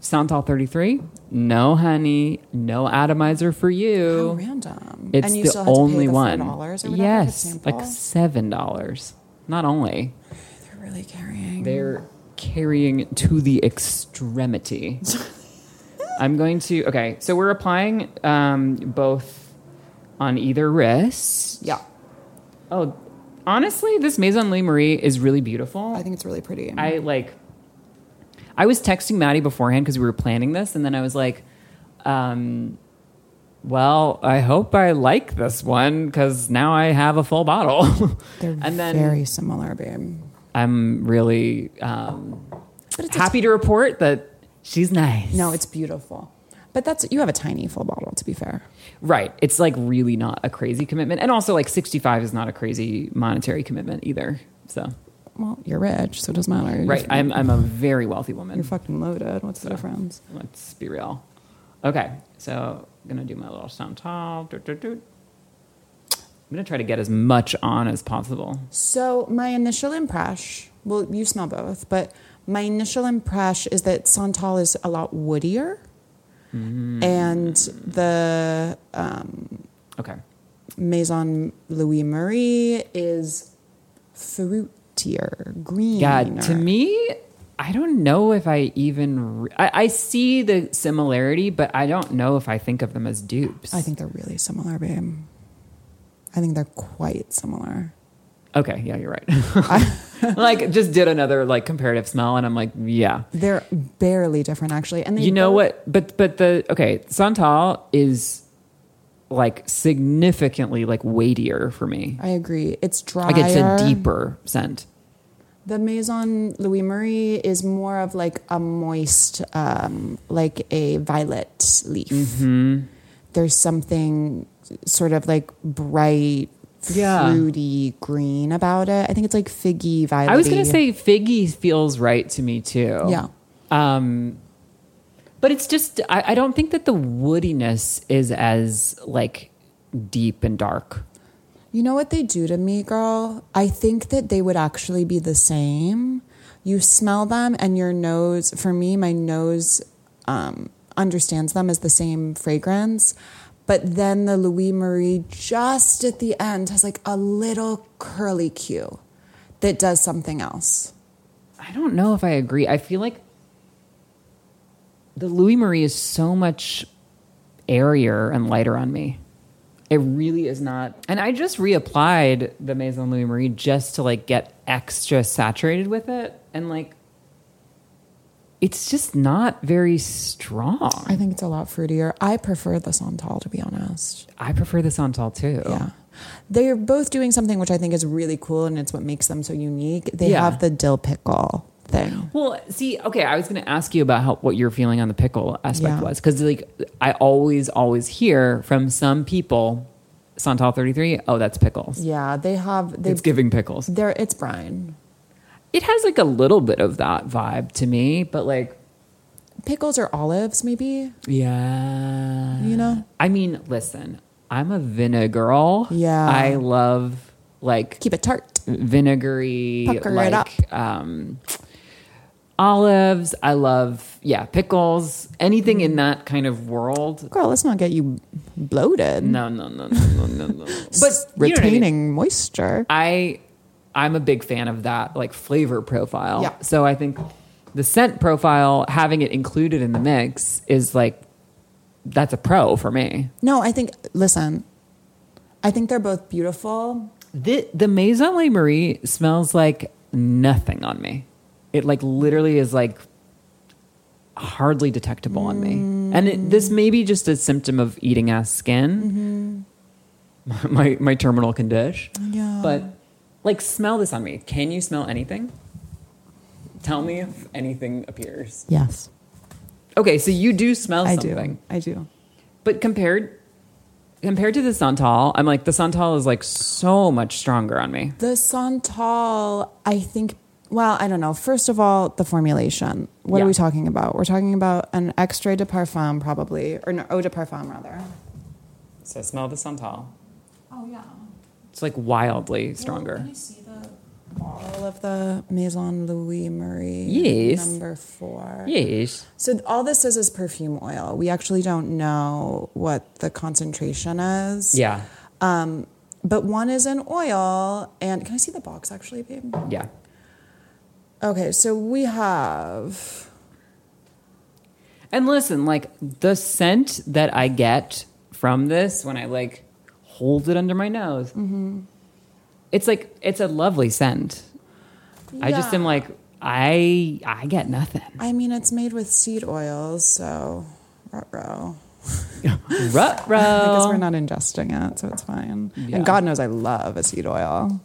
A: Santal thirty three, no honey, no atomizer for you.
B: How random.
A: It's
B: and you
A: the
B: still have
A: only
B: to pay the
A: one.
B: $4 or whatever,
A: yes,
B: the
A: like
B: sample.
A: seven dollars. Not only
B: They're really carrying.
A: they're carrying to the extremity. I'm going to okay. So we're applying um, both on either wrist.
B: yeah,
A: Oh, honestly, this Maison Lee Marie is really beautiful.
B: I think it's really pretty.
A: I like. I was texting Maddie beforehand because we were planning this, and then I was like, um, "Well, I hope I like this one because now I have a full bottle."
B: They're
A: and then
B: very similar, babe.
A: I'm really um,
B: But it's a
A: happy to report that she's nice.
B: No, it's beautiful. But that's you have a tiny full bottle to be fair.
A: right. It's like really not a crazy commitment, and also like 65 is not a crazy monetary commitment either. So,
B: Well, you're rich, so it doesn't matter. You're
A: right, I'm I'm a very wealthy woman.
B: You're fucking loaded. What's the difference?
A: Let's be real. Okay, so I'm gonna do my little santal. Doot, doot, doot. I'm gonna try to get as much on as possible.
B: So my initial impression, well, you smell both, but my initial impression is that Santal is a lot woodier,
A: Mm.
B: and the um,
A: Okay,
B: Maison Louis Marie is fruitier, greener.
A: God, to me, I don't know if I even re- I, I see the similarity, but I don't know if I think of them as dupes.
B: I think they're really similar, babe. I think they're quite similar.
A: okay, yeah, you're right. like, just did another like comparative smell, and I'm like, yeah,
B: They're barely different, actually. And they
A: you know
B: both-
A: what but but the okay santal is like significantly like weightier for me
B: I agree. It's drier.
A: like it's a deeper scent
B: The Maison Louis Marie is more of like a moist, um, like a
A: Mm-hmm.
B: violet leaf. There's something sort of like bright,
A: Yeah.
B: fruity green about it. I think it's like figgy violet.
A: I was gonna say figgy feels right to me too.
B: Yeah.
A: Um, but it's just I, I don't think that the woodiness is as like deep and dark.
B: You know what they do to me, girl? I think that they would actually be the same. You smell them, and your nose, for me, my nose um, understands them as the same fragrance. But then the Louis Marie just at the end has like a little curly cue that does something else.
A: I don't know if I agree. I feel like the Louis Marie is so much airier and lighter on me. It really is not. And I just reapplied the Maison Louis Marie just to like get extra saturated with it and like it's just not very strong.
B: I think it's a lot fruitier. I prefer the Santal, to be honest.
A: I prefer the Santal too.
B: Yeah. They're both doing something which I think is really cool and it's what makes them so unique. They
A: Yeah.
B: have the dill pickle thing.
A: Well, see, okay, I was going to ask you about how what your feeling on the pickle aspect
B: Yeah.
A: was because, like, I always, always hear from some people, Santal thirty three. Oh, that's pickles.
B: Yeah, they have they
A: It's giving pickles.
B: they're it's brine.
A: It has like a little bit of that vibe to me, but like,
B: Pickles or olives maybe,
A: yeah,
B: you know?
A: I mean, listen, I'm a vinegar girl.
B: Yeah.
A: I love like
B: Keep it tart.
A: vinegary,
B: Pucker it
A: like
B: up.
A: um, olives. I love, yeah, pickles. Anything in that kind of world.
B: Girl, let's not get you bloated.
A: No, no, no, no, no, no, no. But
B: It's
A: you know what I mean.
B: retaining moisture.
A: I I'm a big fan of that like flavor profile.
B: Yeah.
A: So I think the scent profile, having it included in the mix, is like that's a pro for me.
B: No, I think listen. I think they're both beautiful.
A: The the Maison Le Marie smells like nothing on me. It like literally is like hardly detectable on
B: Mm.
A: me. And it, this may be just a symptom of eating ass skin. My, my my terminal condition.
B: Mm-hmm. Yeah.
A: But like smell this on me. Can you smell anything? Tell me if anything appears.
B: Yes.
A: Okay, so you do smell
B: I
A: something.
B: do. I do.
A: But compared compared to the Santal, I'm like the Santal is like so much stronger on me.
B: The Santal, I think, well, I don't know. First of all, the formulation. What
A: Yeah.
B: are we talking about? We're talking about an extrait de parfum, probably, or an eau de parfum, rather.
A: So smell the Santal.
B: Oh, yeah.
A: It's like wildly stronger.
B: Can you see the bottle of the Maison Louis Marie?
A: Yes.
B: Number four.
A: Yes.
B: So all this is is perfume oil. We actually don't know what the concentration is.
A: Yeah.
B: But one is an oil, and can I see the box actually, babe?
A: Yeah.
B: Okay, so we have
A: And listen, like the scent that I get from this when I like hold it under my nose, it's like it's a lovely scent. I just
B: Yeah.
A: am like I I get nothing.
B: I mean, it's made with seed oils, so ruh-roh.
A: Rut
B: I guess we're
A: row.
B: not ingesting it, so it's fine.
A: Um, Yeah.
B: And God knows I love a seed oil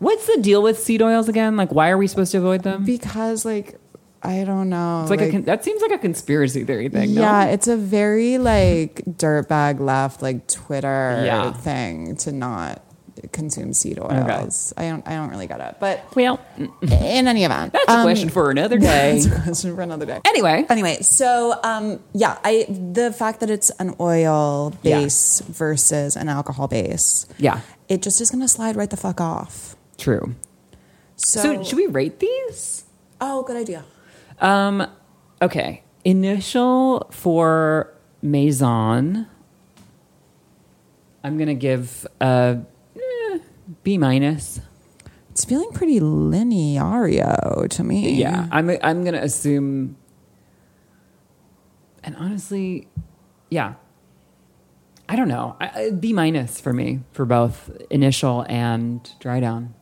A: What's the deal with seed oils again? Like, why are we supposed to avoid them?
B: because, like, I don't know.
A: It's like, a con- that seems like a conspiracy theory thing. no?
B: yeah, it's a very like dirtbag left like Twitter
A: Yeah.
B: thing to not consume seed
A: Okay.
B: oils. I don't. I don't really get it. But
A: Well,
B: in any event, um,
A: that's a question for another day.
B: That's a question for another day.
A: anyway,
B: Anyway, so um, yeah, I the fact that it's an oil
A: Yeah.
B: base versus an alcohol base,
A: yeah,
B: it just is gonna slide right the fuck off.
A: true.
B: So,
A: So, should we rate these?
B: oh, good idea.
A: Um, okay. Initial for Maison. I'm gonna give a eh, B minus.
B: It's feeling pretty lineario to me.
A: Yeah, I'm. I'm gonna assume. And honestly, yeah. I don't know. I, I- B minus for me for both initial and dry down.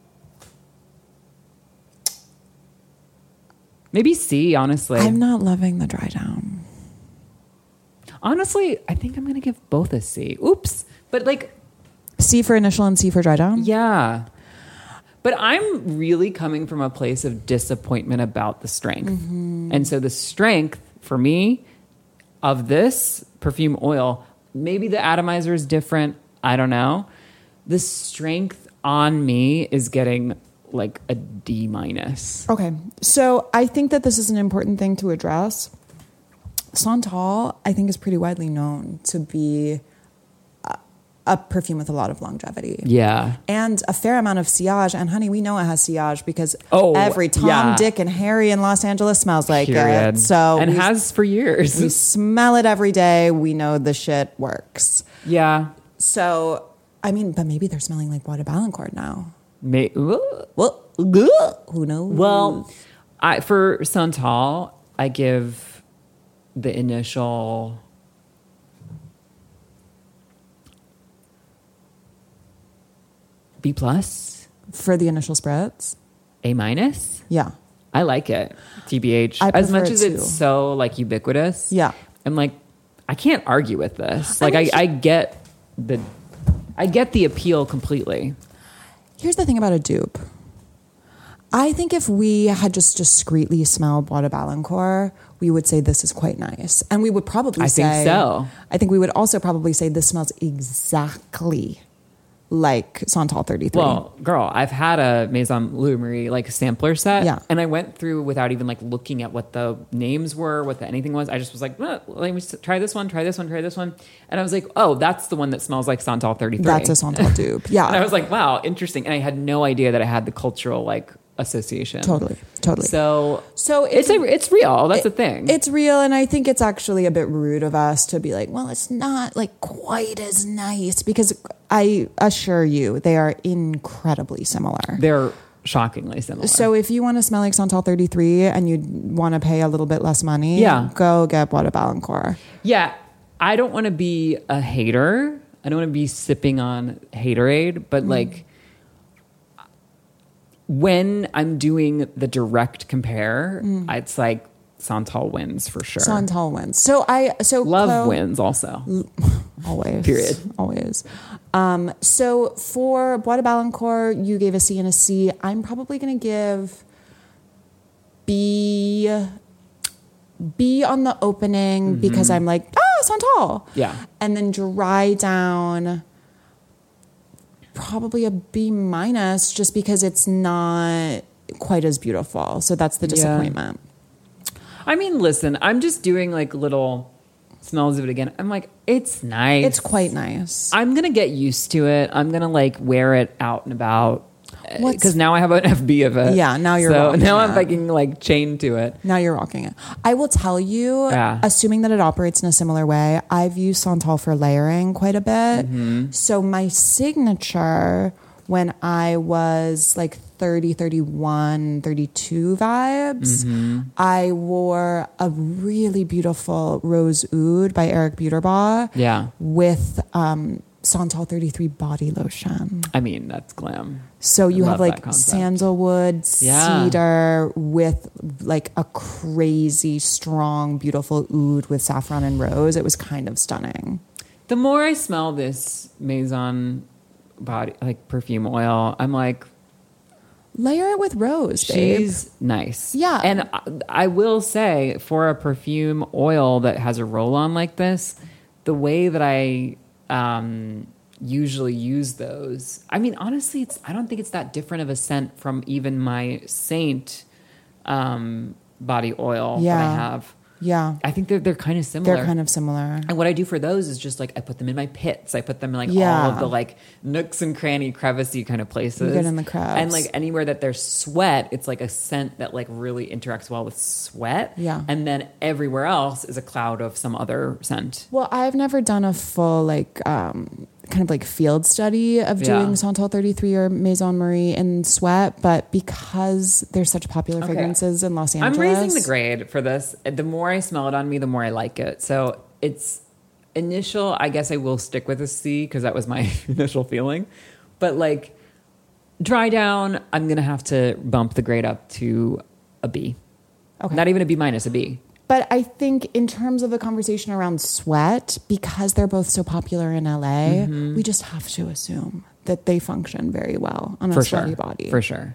A: Maybe C. Honestly,
B: I'm not loving the dry down.
A: Honestly, I think I'm going to give both a C. Oops. But like,
B: C for initial and C for dry down.
A: yeah. But I'm really coming from a place of disappointment about the strength.
B: Mm-hmm.
A: And so the strength for me of this perfume oil, maybe the atomizer is different. I don't know. the strength on me is getting like a D minus.
B: Okay. So I think that this is an important thing to address. Santal, I think, is pretty widely known to be a, a perfume with a lot of longevity.
A: Yeah.
B: And a fair amount of sillage. And honey, we know it has sillage because
A: Oh,
B: every Tom,
A: yeah.
B: Dick, and Harry in Los Angeles smells like
A: Period.
B: it. So
A: and
B: we,
A: has for
B: we
A: years.
B: smell it every day. We know the shit works.
A: yeah.
B: So, I mean, but maybe they're smelling like Water Ballancourt now.
A: May-
B: Well, who knows? Mm.
A: Well, I for Santal, I give the initial B plus,
B: for the initial spritz,
A: A minus.
B: yeah.
A: I like it. TBH.
B: I
A: as
B: prefer
A: much
B: it
A: as
B: too.
A: it's so like ubiquitous.
B: Yeah.
A: I'm like, I can't argue with this.
B: I
A: Like I,
B: mean, she-
A: I get the I get the appeal completely.
B: Here's the thing about a dupe. I think if we had just discreetly smelled Bois de Ballancourt, we would say this is quite nice, and we would probably
A: I
B: say,
A: think so.
B: I think we would also probably say this smells exactly like Santal 33.
A: Well, girl, I've had a Maison Lou Marie like sampler set,
B: Yeah.
A: and I went through without even like looking at what the names were, what the anything was. I just was like, "Eh, let me s- try this one, try this one, try this one, and I was like, oh, that's the one that smells like Santal thirty three.
B: that's a Santal dupe. Yeah,
A: And I was like, wow, interesting. And I had no idea that I had the cultural like association.
B: Totally, totally.
A: So,
B: So
A: it's a, it's real. That's the thing.
B: It's real, and I think it's actually a bit rude of us to be like, well, it's not like quite as nice because I assure you they are incredibly similar.
A: they're shockingly similar.
B: So if you want to smell like Santal 33 and you want to pay a little bit less money,
A: Yeah.
B: go get Bois de Ballancourt.
A: yeah, I don't want to be a hater. I don't want to be sipping on haterade, but
B: Mm.
A: like when I'm doing the direct compare, it's like Santal wins for sure.
B: Mm. Santal wins. So I so
A: Love
B: Chloe-
A: wins also.
B: always.
A: Period.
B: Always. Um, so for Bois de Ballancourt, you gave a C and a C. I'm probably going to give B, B on the opening because I'm like, ah, Santal.
A: Mm-hmm. Yeah.
B: And then dry down, probably a B minus just because it's not quite as beautiful. So that's the
A: Yeah.
B: disappointment.
A: I mean, listen, I'm just doing like little smells of it again. I'm like, it's nice.
B: It's quite nice.
A: I'm gonna get used to it. I'm gonna like wear it out and about
B: What's-
A: because now I have an FB of it.
B: Yeah, now you're
A: so
B: rocking
A: now I'm
B: that.
A: fucking like chained to it.
B: Now you're rocking it. I will tell you,
A: Yeah.
B: assuming that it operates in a similar way, I've used Santal for layering quite a bit.
A: Mm-hmm.
B: So my signature when I was like 30, 31, 32 vibes,
A: Mm-hmm.
B: I wore a really beautiful Rose Oud by Eric Buterbaugh
A: Yeah,
B: with um, Santal 33 body lotion.
A: I mean that's glam.
B: So you
A: I
B: have
A: love
B: like
A: that concept.
B: sandalwood,
A: Yeah.
B: cedar with like a crazy strong, beautiful oud with saffron and rose. It was kind of stunning.
A: The more I smell this Maison body like perfume oil, I'm like
B: Layer it with rose, babe.
A: she's nice.
B: Yeah.
A: and I, I will say for a perfume oil that has a roll on like this, the way that I um, usually use those, I mean, honestly, it's I don't think it's that different of a scent from even my Saint um, body oil that I
B: Yeah.
A: have.
B: Yeah.
A: I think they're they're kind of similar.
B: They're kind of similar.
A: And what I do for those is just like I put them in my pits. I put them in like all
B: Yeah.
A: of the like nooks and cranny, crevicey kind of places.
B: You get in the cracks.
A: And like anywhere that there's sweat, it's like a scent that like really interacts well with sweat.
B: Yeah.
A: And then everywhere else is a cloud of some other scent.
B: Well, I've never done a full like um, kind of like field study of
A: Yeah.
B: doing Santal 33 or Maison Marie in sweat, but because they're such popular
A: Okay.
B: fragrances in Los
A: I'm
B: Angeles.
A: raising the grade for this. The more I smell it on me, the more I like it. So it's initial, I guess I will stick with a C because that was my initial feeling. But like dry down, I'm going to have to bump the grade up to a B.
B: Okay.
A: Not even a B minus, a B.
B: But I think in terms of the conversation around sweat, because they're both so popular in LA,
A: Mm-hmm.
B: we just have to assume that they function very well on a
A: For
B: sweaty
A: sure.
B: body.
A: For sure.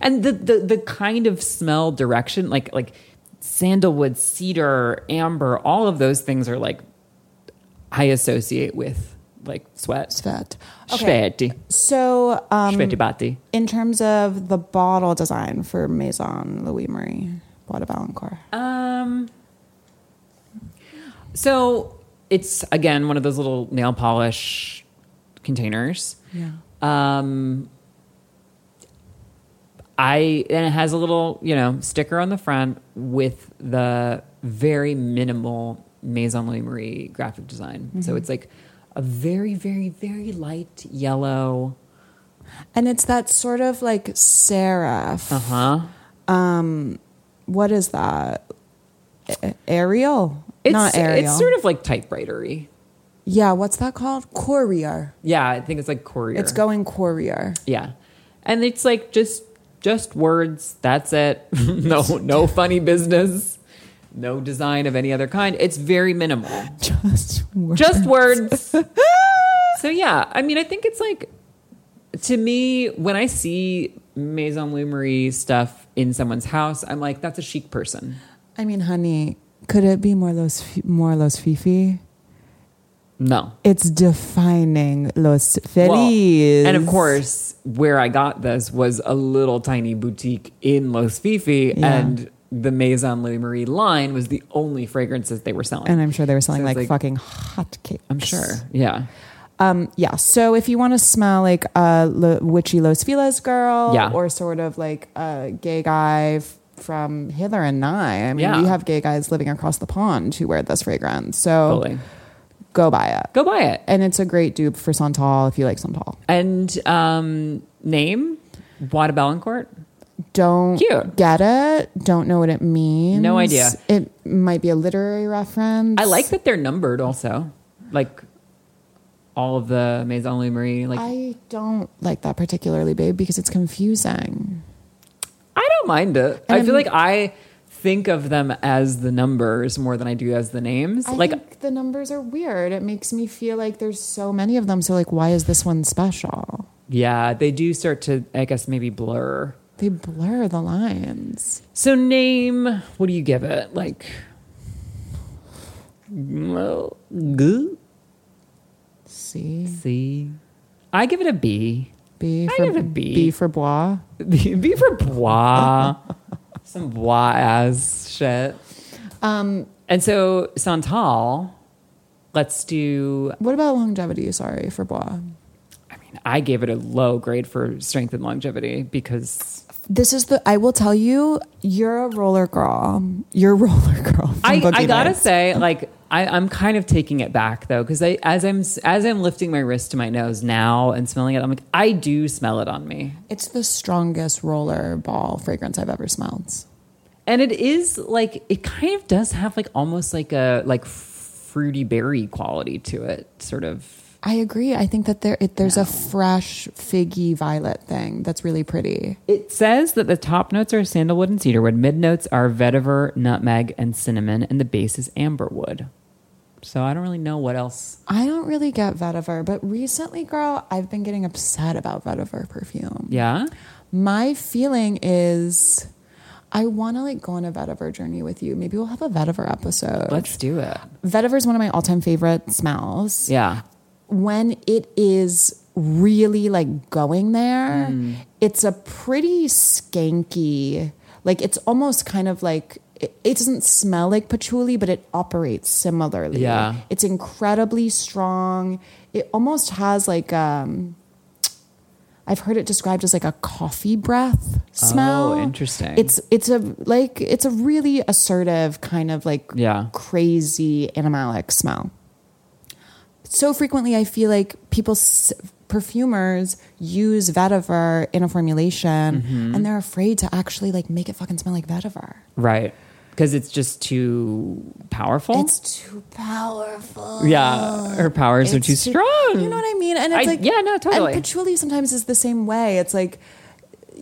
A: And the, the the kind of smell direction, like like sandalwood, cedar, amber, all of those things are like I associate with like sweat.
B: Svet. Okay.
A: Sweaty,
B: So, um,
A: sweaty body.
B: in terms of the bottle design for Maison Louis Marie, Bois de Valancourt.
A: Um. So it's again one of those little nail polish containers.
B: Yeah.
A: Um. I and it has a little you know sticker on the front with the very minimal Maison Louis Marie graphic design. So it's like a very very very light yellow.
B: And it's that sort of like serif.
A: Uh huh.
B: What is that? A- Arial?
A: It's
B: Not Arial.
A: it's sort of like typewritery.
B: Yeah, what's that called? Courier.
A: Yeah, I think it's like courier.
B: It's going courier.
A: Yeah. And it's like just just words, that's it. no no funny business. No design of any other kind. It's very minimal.
B: Just work.
A: Just words. so yeah, I mean I think it's like to me when I see Maison Louis Marie stuff in someone's house, I'm like that's a chic person.
B: I mean, honey, could it be more los fi- more los fifi?
A: No.
B: It's defining los
A: Well,
B: feliz.
A: and of course, where I got this was a little tiny boutique in Los Fifi,
B: Yeah.
A: and the Maison Louis Marie line was the only fragrances they were selling.
B: and I'm sure they were selling
A: So it's
B: like,
A: like-
B: fucking hotcakes.
A: I'm sure. Yeah.
B: Um, yeah. So if you want to smell like a lo- witchy Los Feliz girl,
A: Yeah.
B: or sort of like a gay guy f- from hither and nigh. I mean,
A: Yeah.
B: we have gay guys living across the pond who wear this fragrance. So
A: Totally.
B: go buy it.
A: Go buy it.
B: And it's a great dupe for Santal if you like Santal.
A: And um, name? Bois de Ballancourt?
B: Don't
A: Cute.
B: get it. Don't know what it means.
A: No idea.
B: It might be a literary reference.
A: I like that they're numbered also. Like all of the Maison Louis Marie. Like, I,
B: I don't like that particularly, babe, because it's confusing.
A: don't mind it. I
B: And-
A: feel like I think of them as the numbers more than I do as the names.
B: I
A: like,
B: think the numbers are weird. It makes me feel like there's so many of them. So like, why is this one special?
A: yeah, they do start to, I guess, maybe blur.
B: They blur the lines.
A: So name, what do you give it? Like, well, g-
B: C
A: C. I give it a B.
B: B
A: I
B: for
A: have a B.
B: B for bois.
A: B, B for bois. Some bois ass shit.
B: Um,
A: And so Santal, let's do.
B: what about longevity? Sorry for bois.
A: I mean, I gave it a low grade for strength and longevity because
B: This is the. I will tell you, you're a roller girl. You're a roller girl. from
A: I, I
B: Boogie
A: gotta
B: Nights.
A: say, like, I, I'm kind of taking it back though because I as I'm as I'm lifting my wrist to my nose now and smelling it, I'm like, I do smell it on me.
B: it's the strongest roller ball fragrance I've ever smelled.
A: and it is like it kind of does have like almost like a like fruity berry quality to it sort of
B: I agree. I think that there it, there's a fresh figgy violet thing that's really pretty.
A: it says that the top notes are sandalwood and cedarwood mid notes are vetiver nutmeg and cinnamon and the base is amberwood so i don't really know what else
B: I don't really get vetiver, but recently, girl, I've been getting upset about vetiver perfume.
A: yeah
B: My feeling is I want to like go on a vetiver journey with you. Maybe we'll have a vetiver episode.
A: let's do it
B: vetiver is one of my all-time favorite smells.
A: yeah
B: When it is really like going there,
A: Hmm.
B: it's a pretty skanky. Like it's almost kind of like it, it doesn't smell like patchouli, but it operates similarly.
A: Yeah.
B: It's incredibly strong. It almost has like um I've heard it described as like a coffee breath smell.
A: Oh, interesting.
B: It's it's a like it's a really assertive kind of like
A: Yeah.
B: crazy animalic smell. So frequently I feel like people s- perfumers use vetiver in a formulation
A: Mm-hmm.
B: and they're afraid to actually like make it fucking smell like vetiver.
A: right because it's just too powerful
B: It's too powerful.
A: yeah her powers are
B: It's
A: too strong
B: You know what I mean? And it's
A: I-
B: like
A: yeah, no, totally.
B: And patchouli sometimes is the same way. It's like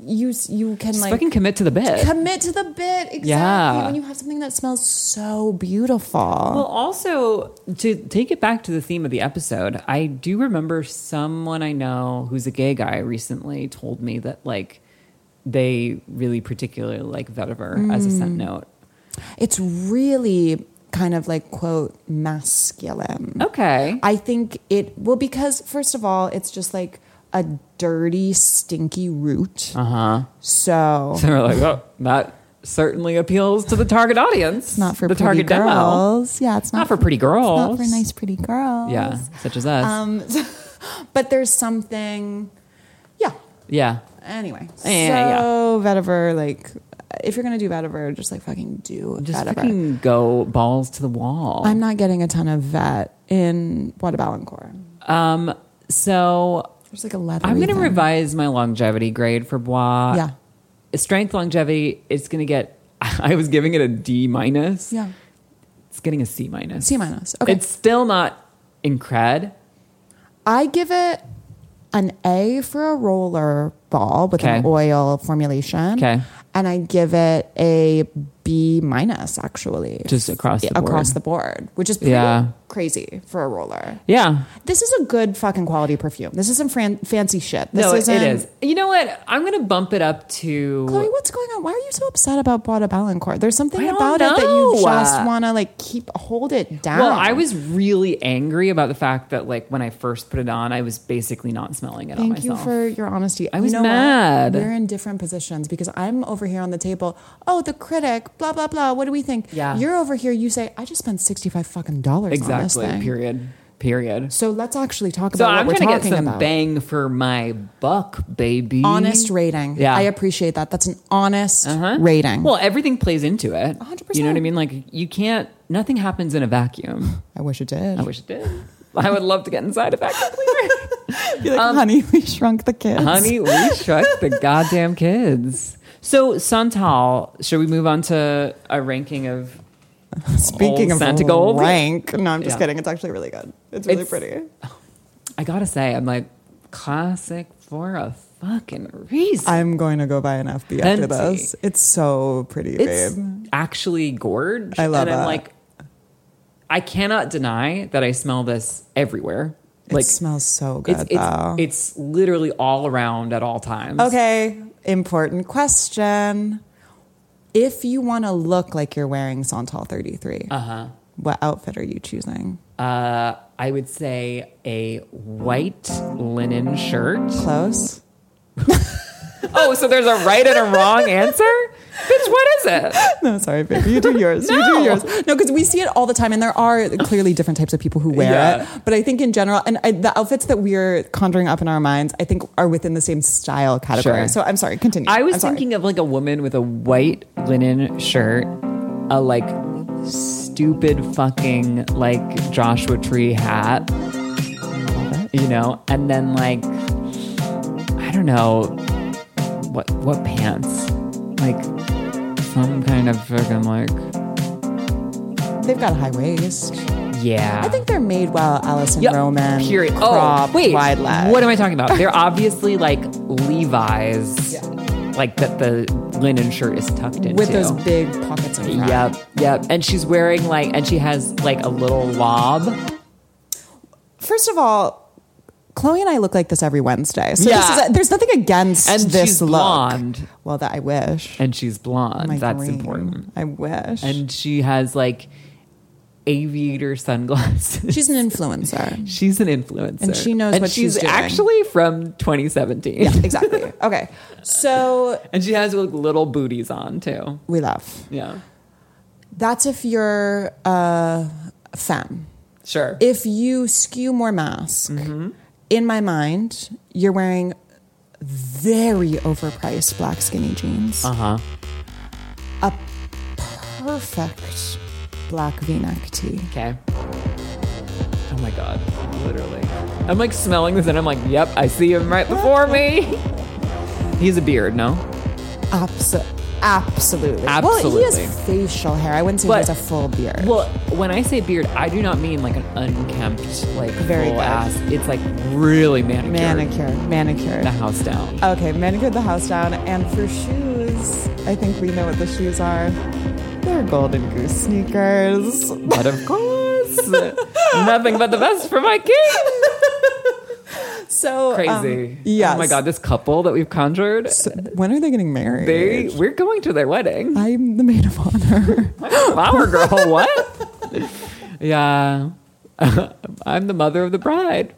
B: you you can
A: Just
B: like
A: fucking commit to the bit
B: commit to the bit exactly
A: Yeah.
B: when you have something that smells so beautiful.
A: Well, also to take it back to the theme of the episode, I do remember someone I know who's a gay guy recently told me that like
B: Mm.
A: they really particularly like vetiver as a scent note.
B: it's really kind of like quote masculine.
A: Okay.
B: I think it well because first of all, it's just like a dirty, stinky root.
A: Uh huh.
B: So
A: So we're like, oh, that certainly appeals to the target audience.
B: it's not for
A: the
B: pretty
A: target demo.
B: girls. Yeah, it's
A: Not
B: not,
A: for pretty
B: It's not
A: girls.
B: for nice pretty girls.
A: Yeah, such as us.
B: Um, but there's something. Yeah.
A: yeah.
B: Anyway.
A: Yeah,
B: so vetiver, like, if you're gonna do vetiver, just like fucking do
A: Just
B: vetiver.
A: fucking go balls to the wall.
B: I'm not getting a ton of vet in What Balancourt.
A: um. So
B: There's like a leather.
A: I'm going to revise my longevity grade for Bois.
B: Yeah.
A: Strength longevity, it's going to get, I was giving it a D minus.
B: Yeah.
A: It's getting a C minus.
B: C minus. Okay.
A: It's still not incred.
B: I give it an A for a roller ball with an
A: Okay.
B: oil formulation.
A: Okay.
B: And I give it a B minus actually.
A: Just across the board.
B: across the board, which is pretty
A: Yeah.
B: crazy for a roller.
A: Yeah.
B: This is a good fucking quality perfume. This isn't fran- fancy shit. This
A: no, it-
B: isn't,
A: it is. You know what? I'm going to bump it up to.
B: Chloe, what's going on? Why are you so upset about Bada Balancourt? There's something
A: I don't
B: about it that you
A: know.
B: just want to like keep hold it down.
A: well, I was really angry about the fact that, like, when I first put it on, I was basically not smelling it
B: Thank
A: on myself.
B: you for your honesty. I
A: was
B: you know what?
A: mad.
B: We're in different positions because I'm over here on the table. Oh, the critic, blah blah blah. What do we think?
A: Yeah.
B: You're over here. You say I just spent sixty five fucking dollars on this
A: exactly.
B: thing.
A: Period. Period.
B: So let's actually talk
A: So
B: about what
A: I'm
B: we're
A: going to
B: talking
A: get some
B: about.
A: bang for my buck, baby.
B: honest rating.
A: Yeah.
B: I appreciate that. That's an honest
A: Uh-huh.
B: rating.
A: Well, everything plays into it.
B: 100%.
A: You know what I mean? Like you can't. Nothing happens in a vacuum.
B: I wish it did.
A: I wish it did. I would love to get inside a vacuum cleaner.
B: Be like, honey, we shrunk the kids.
A: Um, Honey, we shut the goddamn kids. So Santal, should we move on to a ranking of? old
B: Speaking of
A: Santa Gold.
B: rank, no, I'm just
A: Yeah.
B: kidding. It's actually really good. It's really
A: It's-
B: pretty.
A: I gotta say, I'm like classic for a fucking reason.
B: I'm going to go buy an FB after
A: Plenty.
B: this. It's so pretty,
A: it's
B: babe.
A: actually gorge.
B: I love
A: and I'm
B: that.
A: like, I cannot deny that I smell this everywhere.
B: It
A: like
B: smells so good
A: it's
B: though.
A: it's, it's literally all around at all times.
B: okay, important question. If you want to look like you're wearing Santal 33,
A: Uh-huh.
B: what outfit are you choosing?
A: Uh, I would say a white linen shirt.
B: Close.
A: Oh, so there's a right and a wrong answer? Bitch, what is it?
B: No, sorry, baby. You do yours. You do
A: No.
B: yours. No, because we see it all the time, and there are clearly different types of people who wear
A: Yeah.
B: it. But I think in general, and I, the outfits that we're conjuring up in our minds, I think are within the same style category.
A: Sure.
B: So I'm sorry. Continue.
A: I
B: I'm
A: was
B: sorry.
A: thinking of like a woman with a white linen shirt, a like stupid fucking like Joshua Tree hat, you know, and then like I don't know what what pants, like some kind of fucking like
B: they've got high waist.
A: yeah.
B: I think they're made well, Allison
A: Yep.
B: Roman.
A: Period.
B: Crop,
A: oh, wait.
B: Wide leg.
A: What am I talking about? They're obviously like Levi's,
B: Yeah.
A: like that the linen shirt is tucked into.
B: With those big pockets in front.
A: Yep, yep. And she's wearing like, and she has like a little lob.
B: First of all, Chloe and I look like this every Wednesday. So this
A: Yeah.
B: is there's nothing against
A: And
B: this
A: she's
B: look.
A: blonde.
B: Well, that I wish.
A: And she's blonde.
B: My
A: That's
B: dream.
A: important.
B: I wish.
A: And she has like aviator sunglasses.
B: She's an influencer.
A: She's an influencer.
B: And she knows
A: And
B: what she's doing.
A: actually from 2017.
B: yeah, exactly. Okay. So
A: And she has like little booties on too.
B: we love.
A: Yeah.
B: That's if you're a femme.
A: Sure.
B: If you skew more mask, in my mind, you're wearing very overpriced black skinny jeans,
A: Uh huh.
B: perfect black v neck tee.
A: Okay. Oh my god. Literally. I'm like smelling this and I'm like, yep, I see him right before me. He's a beard, no?
B: Abso- absolutely. Well, he
A: Absolutely.
B: has facial hair. I wouldn't say he
A: But-
B: has a full beard.
A: Well, when I say beard, I do not mean like an unkempt, like
B: Very
A: full
B: good.
A: ass. It's like really manicured.
B: manicure, manicure.
A: The house down.
B: Okay, manicured the house down. And for shoes, I think we know what the shoes are. They're golden goose sneakers.
A: But of course, nothing but the best for my king.
B: So um,
A: Crazy.
B: yes.
A: Oh my god, this couple that we've conjured.
B: So when are they getting married?
A: They, we're going to their wedding.
B: I'm the maid of honor.
A: Flower girl, what? yeah. I'm the mother of the bride.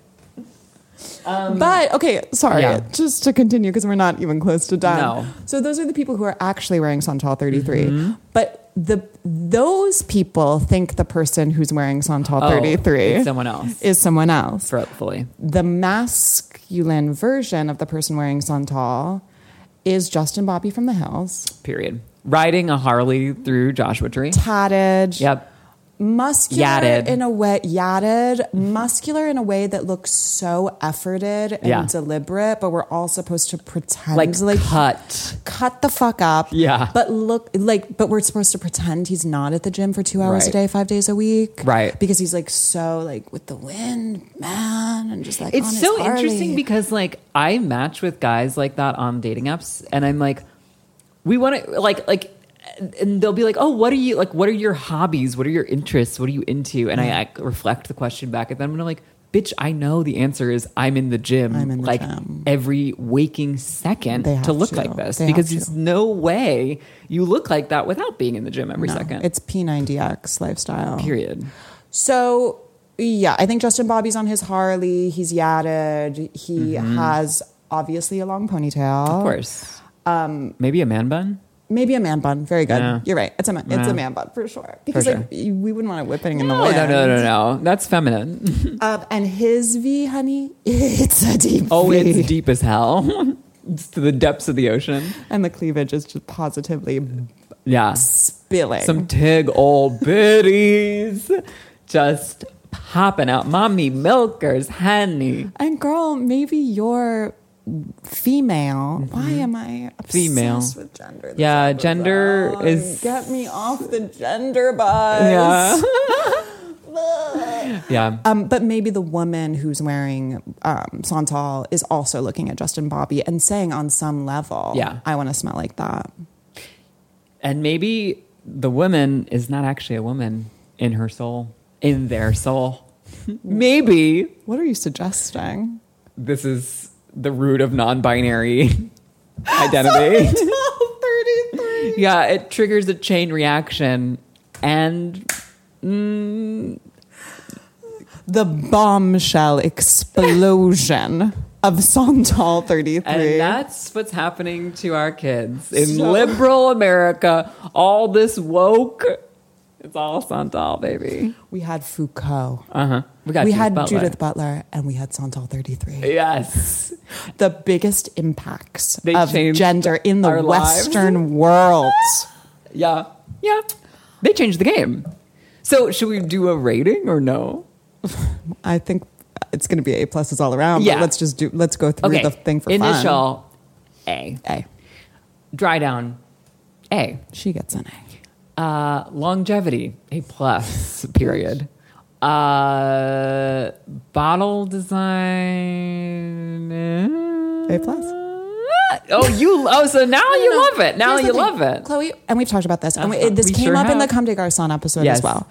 B: but okay, sorry.
A: Um, Yeah.
B: Just to continue because we're not even close to done.
A: No. Mm-hmm.
B: So those are the people who are actually wearing Santal 33. But the those people think the person who's wearing Santal
A: Oh,
B: 33
A: it's someone else.
B: Is someone else.
A: Rightfully.
B: The masculine version of the person wearing Santal is Justin Bobby from the Hills,
A: Period. Riding a Harley through Joshua Tree.
B: tatted,
A: Yep.
B: muscular
A: Yatted.
B: in a way yatted muscular in a way that looks so efforted and
A: Yeah.
B: deliberate but we're all supposed to pretend
A: Like,
B: like,
A: cut.
B: cut the fuck up
A: Yeah.
B: but look like but we're supposed to pretend he's not at the gym for two hours
A: Right.
B: a day five days a week
A: Right.
B: because he's like so like with the wind man and just like on
A: It's
B: his
A: so
B: Harley.
A: interesting because like I match with guys like that on dating apps and I'm like we want to like like and they'll be like, "Oh, what are you like what are your hobbies? What are your interests? What are you into?" And I, like, reflect the question back at them and I'm like, "Bitch, I know the answer is I'm in the gym
B: I'm in the
A: like
B: gym.
A: every waking second
B: They
A: to
B: have
A: look
B: to.
A: like this
B: They
A: because
B: have
A: there's
B: to.
A: no way you look like that without being in the gym every
B: No,
A: second."
B: it's p90x lifestyle
A: period.
B: So yeah, I think Justin Bobby's on his Harley. He's yatted. He has obviously a long ponytail.
A: Mm-hmm. Of course. Um maybe a man bun?
B: Maybe a man bun. Very good.
A: Yeah.
B: You're right. It's a man, it's
A: Yeah.
B: a man bun for sure. Because
A: sure.
B: like you- we wouldn't want it whipping in the
A: Oh, No,
B: wind.
A: no, no, no, no. That's feminine.
B: Um, and his V, honey, it's a deep.
A: Oh,
B: V.
A: it's deep as hell. it's to the depths of the ocean.
B: And the cleavage is just positively
A: Yeah.
B: spilling.
A: Some tig old biddies just popping out. Mommy milkers, honey.
B: and girl, maybe you're female. Why am I obsessed
A: Mm-hmm. Female.
B: with gender? This
A: Yeah, gender
B: episode.
A: is-
B: get me off the gender bus.
A: Yeah. yeah.
B: Um, but maybe the woman who's wearing um, Santal is also looking at Justin Bobby and saying on some level,
A: Yeah.
B: I want to smell like that.
A: And maybe the woman is not actually a woman in her soul, in their soul. maybe
B: What are you suggesting?
A: this is the root of non binary identity.
B: 33.
A: yeah, it triggers a chain reaction and mm,
B: The bombshell explosion of Santal 33.
A: and that's what's happening to our kids in
B: So-
A: liberal America. All this woke, it's all Santal, baby.
B: we had Foucault.
A: Uh huh. We got
B: we
A: Judith
B: had
A: Butler.
B: Judith Butler and we had Santal 33.
A: Yes,
B: The biggest impacts
A: They
B: of
A: changed
B: gender in the
A: our lives.
B: Western world.
A: yeah, yeah. They changed the game. So should we do a rating or no?
B: I think it's going to be A pluses all around.
A: Yeah.
B: But let's just do, let's go through
A: Okay.
B: the thing for fun.
A: Initial A.
B: A.
A: Dry down. A.
B: She gets an A.
A: Uh, longevity, a plus, period. Uh, bottle design, eh,
B: A plus.
A: Oh, you. Oh, so now you
B: No, no.
A: love it. Now
B: Here's
A: you
B: the
A: love
B: thing,
A: it.
B: Chloe. And we've taled about this, and
A: Uh-huh.
B: we, this
A: We
B: came
A: sure
B: up in the
A: have.
B: Come Take Our Son episode
A: Yes.
B: as well.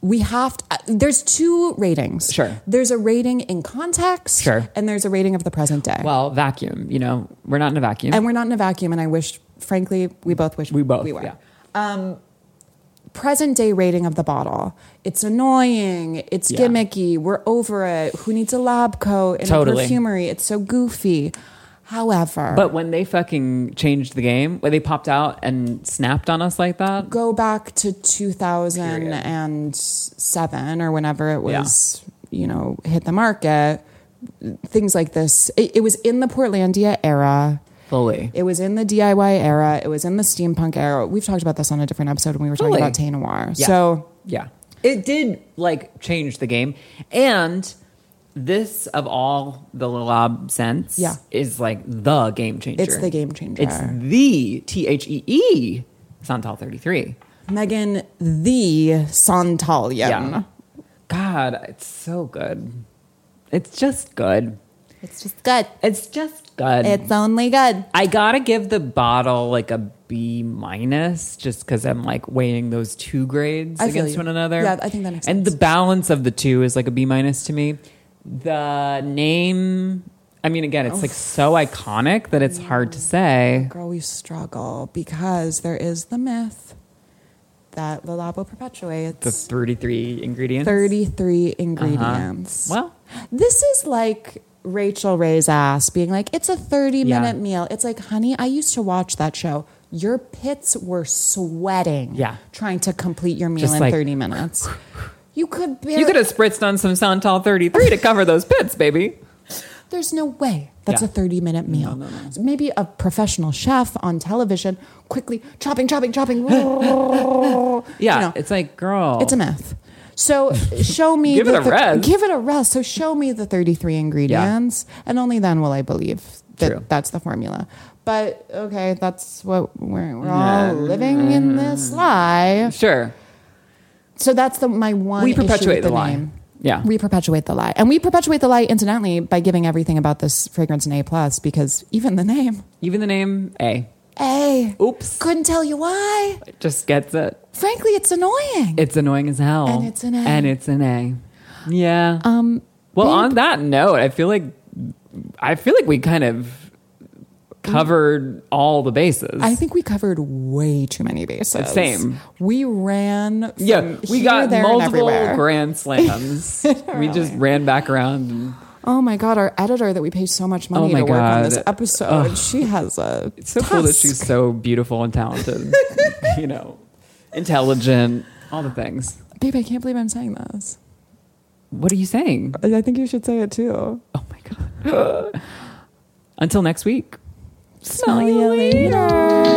B: We have to, uh, there's two ratings.
A: Sure.
B: There's a rating in context.
A: Sure.
B: And there's a rating of the present day.
A: Well, vacuum. You know, we're not in a vacuum.
B: and we're not in a vacuum. And I wish, frankly, we both wish
A: we both.
B: we were.
A: Yeah.
B: Present day rating of the bottle. It's annoying. It's
A: Yeah.
B: gimmicky. We're over it. Who needs a lab coat and
A: Totally.
B: a perfumery? It's so goofy. However,
A: But when they fucking changed the game, when they popped out and snapped on us like that,
B: go back to 2007 or whenever it was, you know, hit the market, things like this. It, it was in the Portlandia era.
A: fully.
B: It was in the DIY era. It was in the steampunk era. We've talked about this on a different episode when we were talking
A: Totally.
B: about Tay Noir.
A: Yeah.
B: So
A: yeah, it did like change the game, and this of all the Lalab scents,
B: Yeah.
A: is like the game changer.
B: It's the game changer.
A: It's the T H E E Santal thirty three.
B: Megan the Santalian.
A: God, it's so good. It's just good.
B: It's just good.
A: It's just good.
B: It's only good.
A: I gotta give the bottle like a B minus just because I'm like weighing those two grades
B: I feel
A: against
B: you.
A: one another.
B: Yeah, I think that makes
A: And
B: sense.
A: the balance of the two is like a B minus to me. The name, I mean, again,
B: Oh.
A: it's like so iconic that it's hard to say.
B: Girl, we struggle because there is the myth that the lab will perpetuate.
A: The 33 ingredients.
B: 33 ingredients.
A: Well,
B: This is like Rachel Ray's ass being like, it's a 30
A: Yeah.
B: minute meal. It's like, honey, I used to watch that show. Your pits were sweating
A: Yeah.
B: trying to complete your meal
A: Just
B: in
A: like-
B: 30 minutes. You could barely,
A: you could have spritzed on some Santal 33 to cover those pits, baby.
B: there's no way that's
A: Yeah.
B: a 30 minute meal. So maybe a professional chef on television quickly chopping, chopping, chopping.
A: Yeah.
B: You know.
A: it's like, girl.
B: It's a myth. So show me.
A: Give
B: the
A: it a rest.
B: Give it a rest. So show me the 33 ingredients, and only then will I believe that
A: True.
B: that's the formula. But okay, that's what we're, we're all living in this
A: Mm.
B: lie.
A: Sure.
B: So that's the my one.
A: We
B: issue with
A: perpetuate
B: the,
A: the lie.
B: Name.
A: Yeah.
B: we perpetuate the lie, and we perpetuate the lie incidentally by giving everything about this fragrance an A plus because even the name
A: Even the name A
B: A.
A: Oops.
B: couldn't tell you why.
A: just gets it.
B: Frankly, it's annoying.
A: It's annoying as hell.
B: And it's an A.
A: And it's an A. Yeah.
B: um,
A: well,
B: babe.
A: on that note, I feel like I feel like we kind of covered all the bases.
B: I think we covered way too many bases.
A: Same.
B: We ran. From
A: yeah, we
B: here,
A: got
B: there, and
A: multiple
B: everywhere.
A: grand slams. we just ran back around. And
B: oh my god, our editor that we paid so much money
A: Oh my
B: to work on this
A: God.
B: episode. She has a.
A: it's so cool that she's so beautiful and talented. you know, intelligent, all the things.
B: Babe, I can't believe I'm saying this.
A: What are you saying?
B: I I think you should say it too.
A: Oh my god. Until next week. Smell,
B: you later.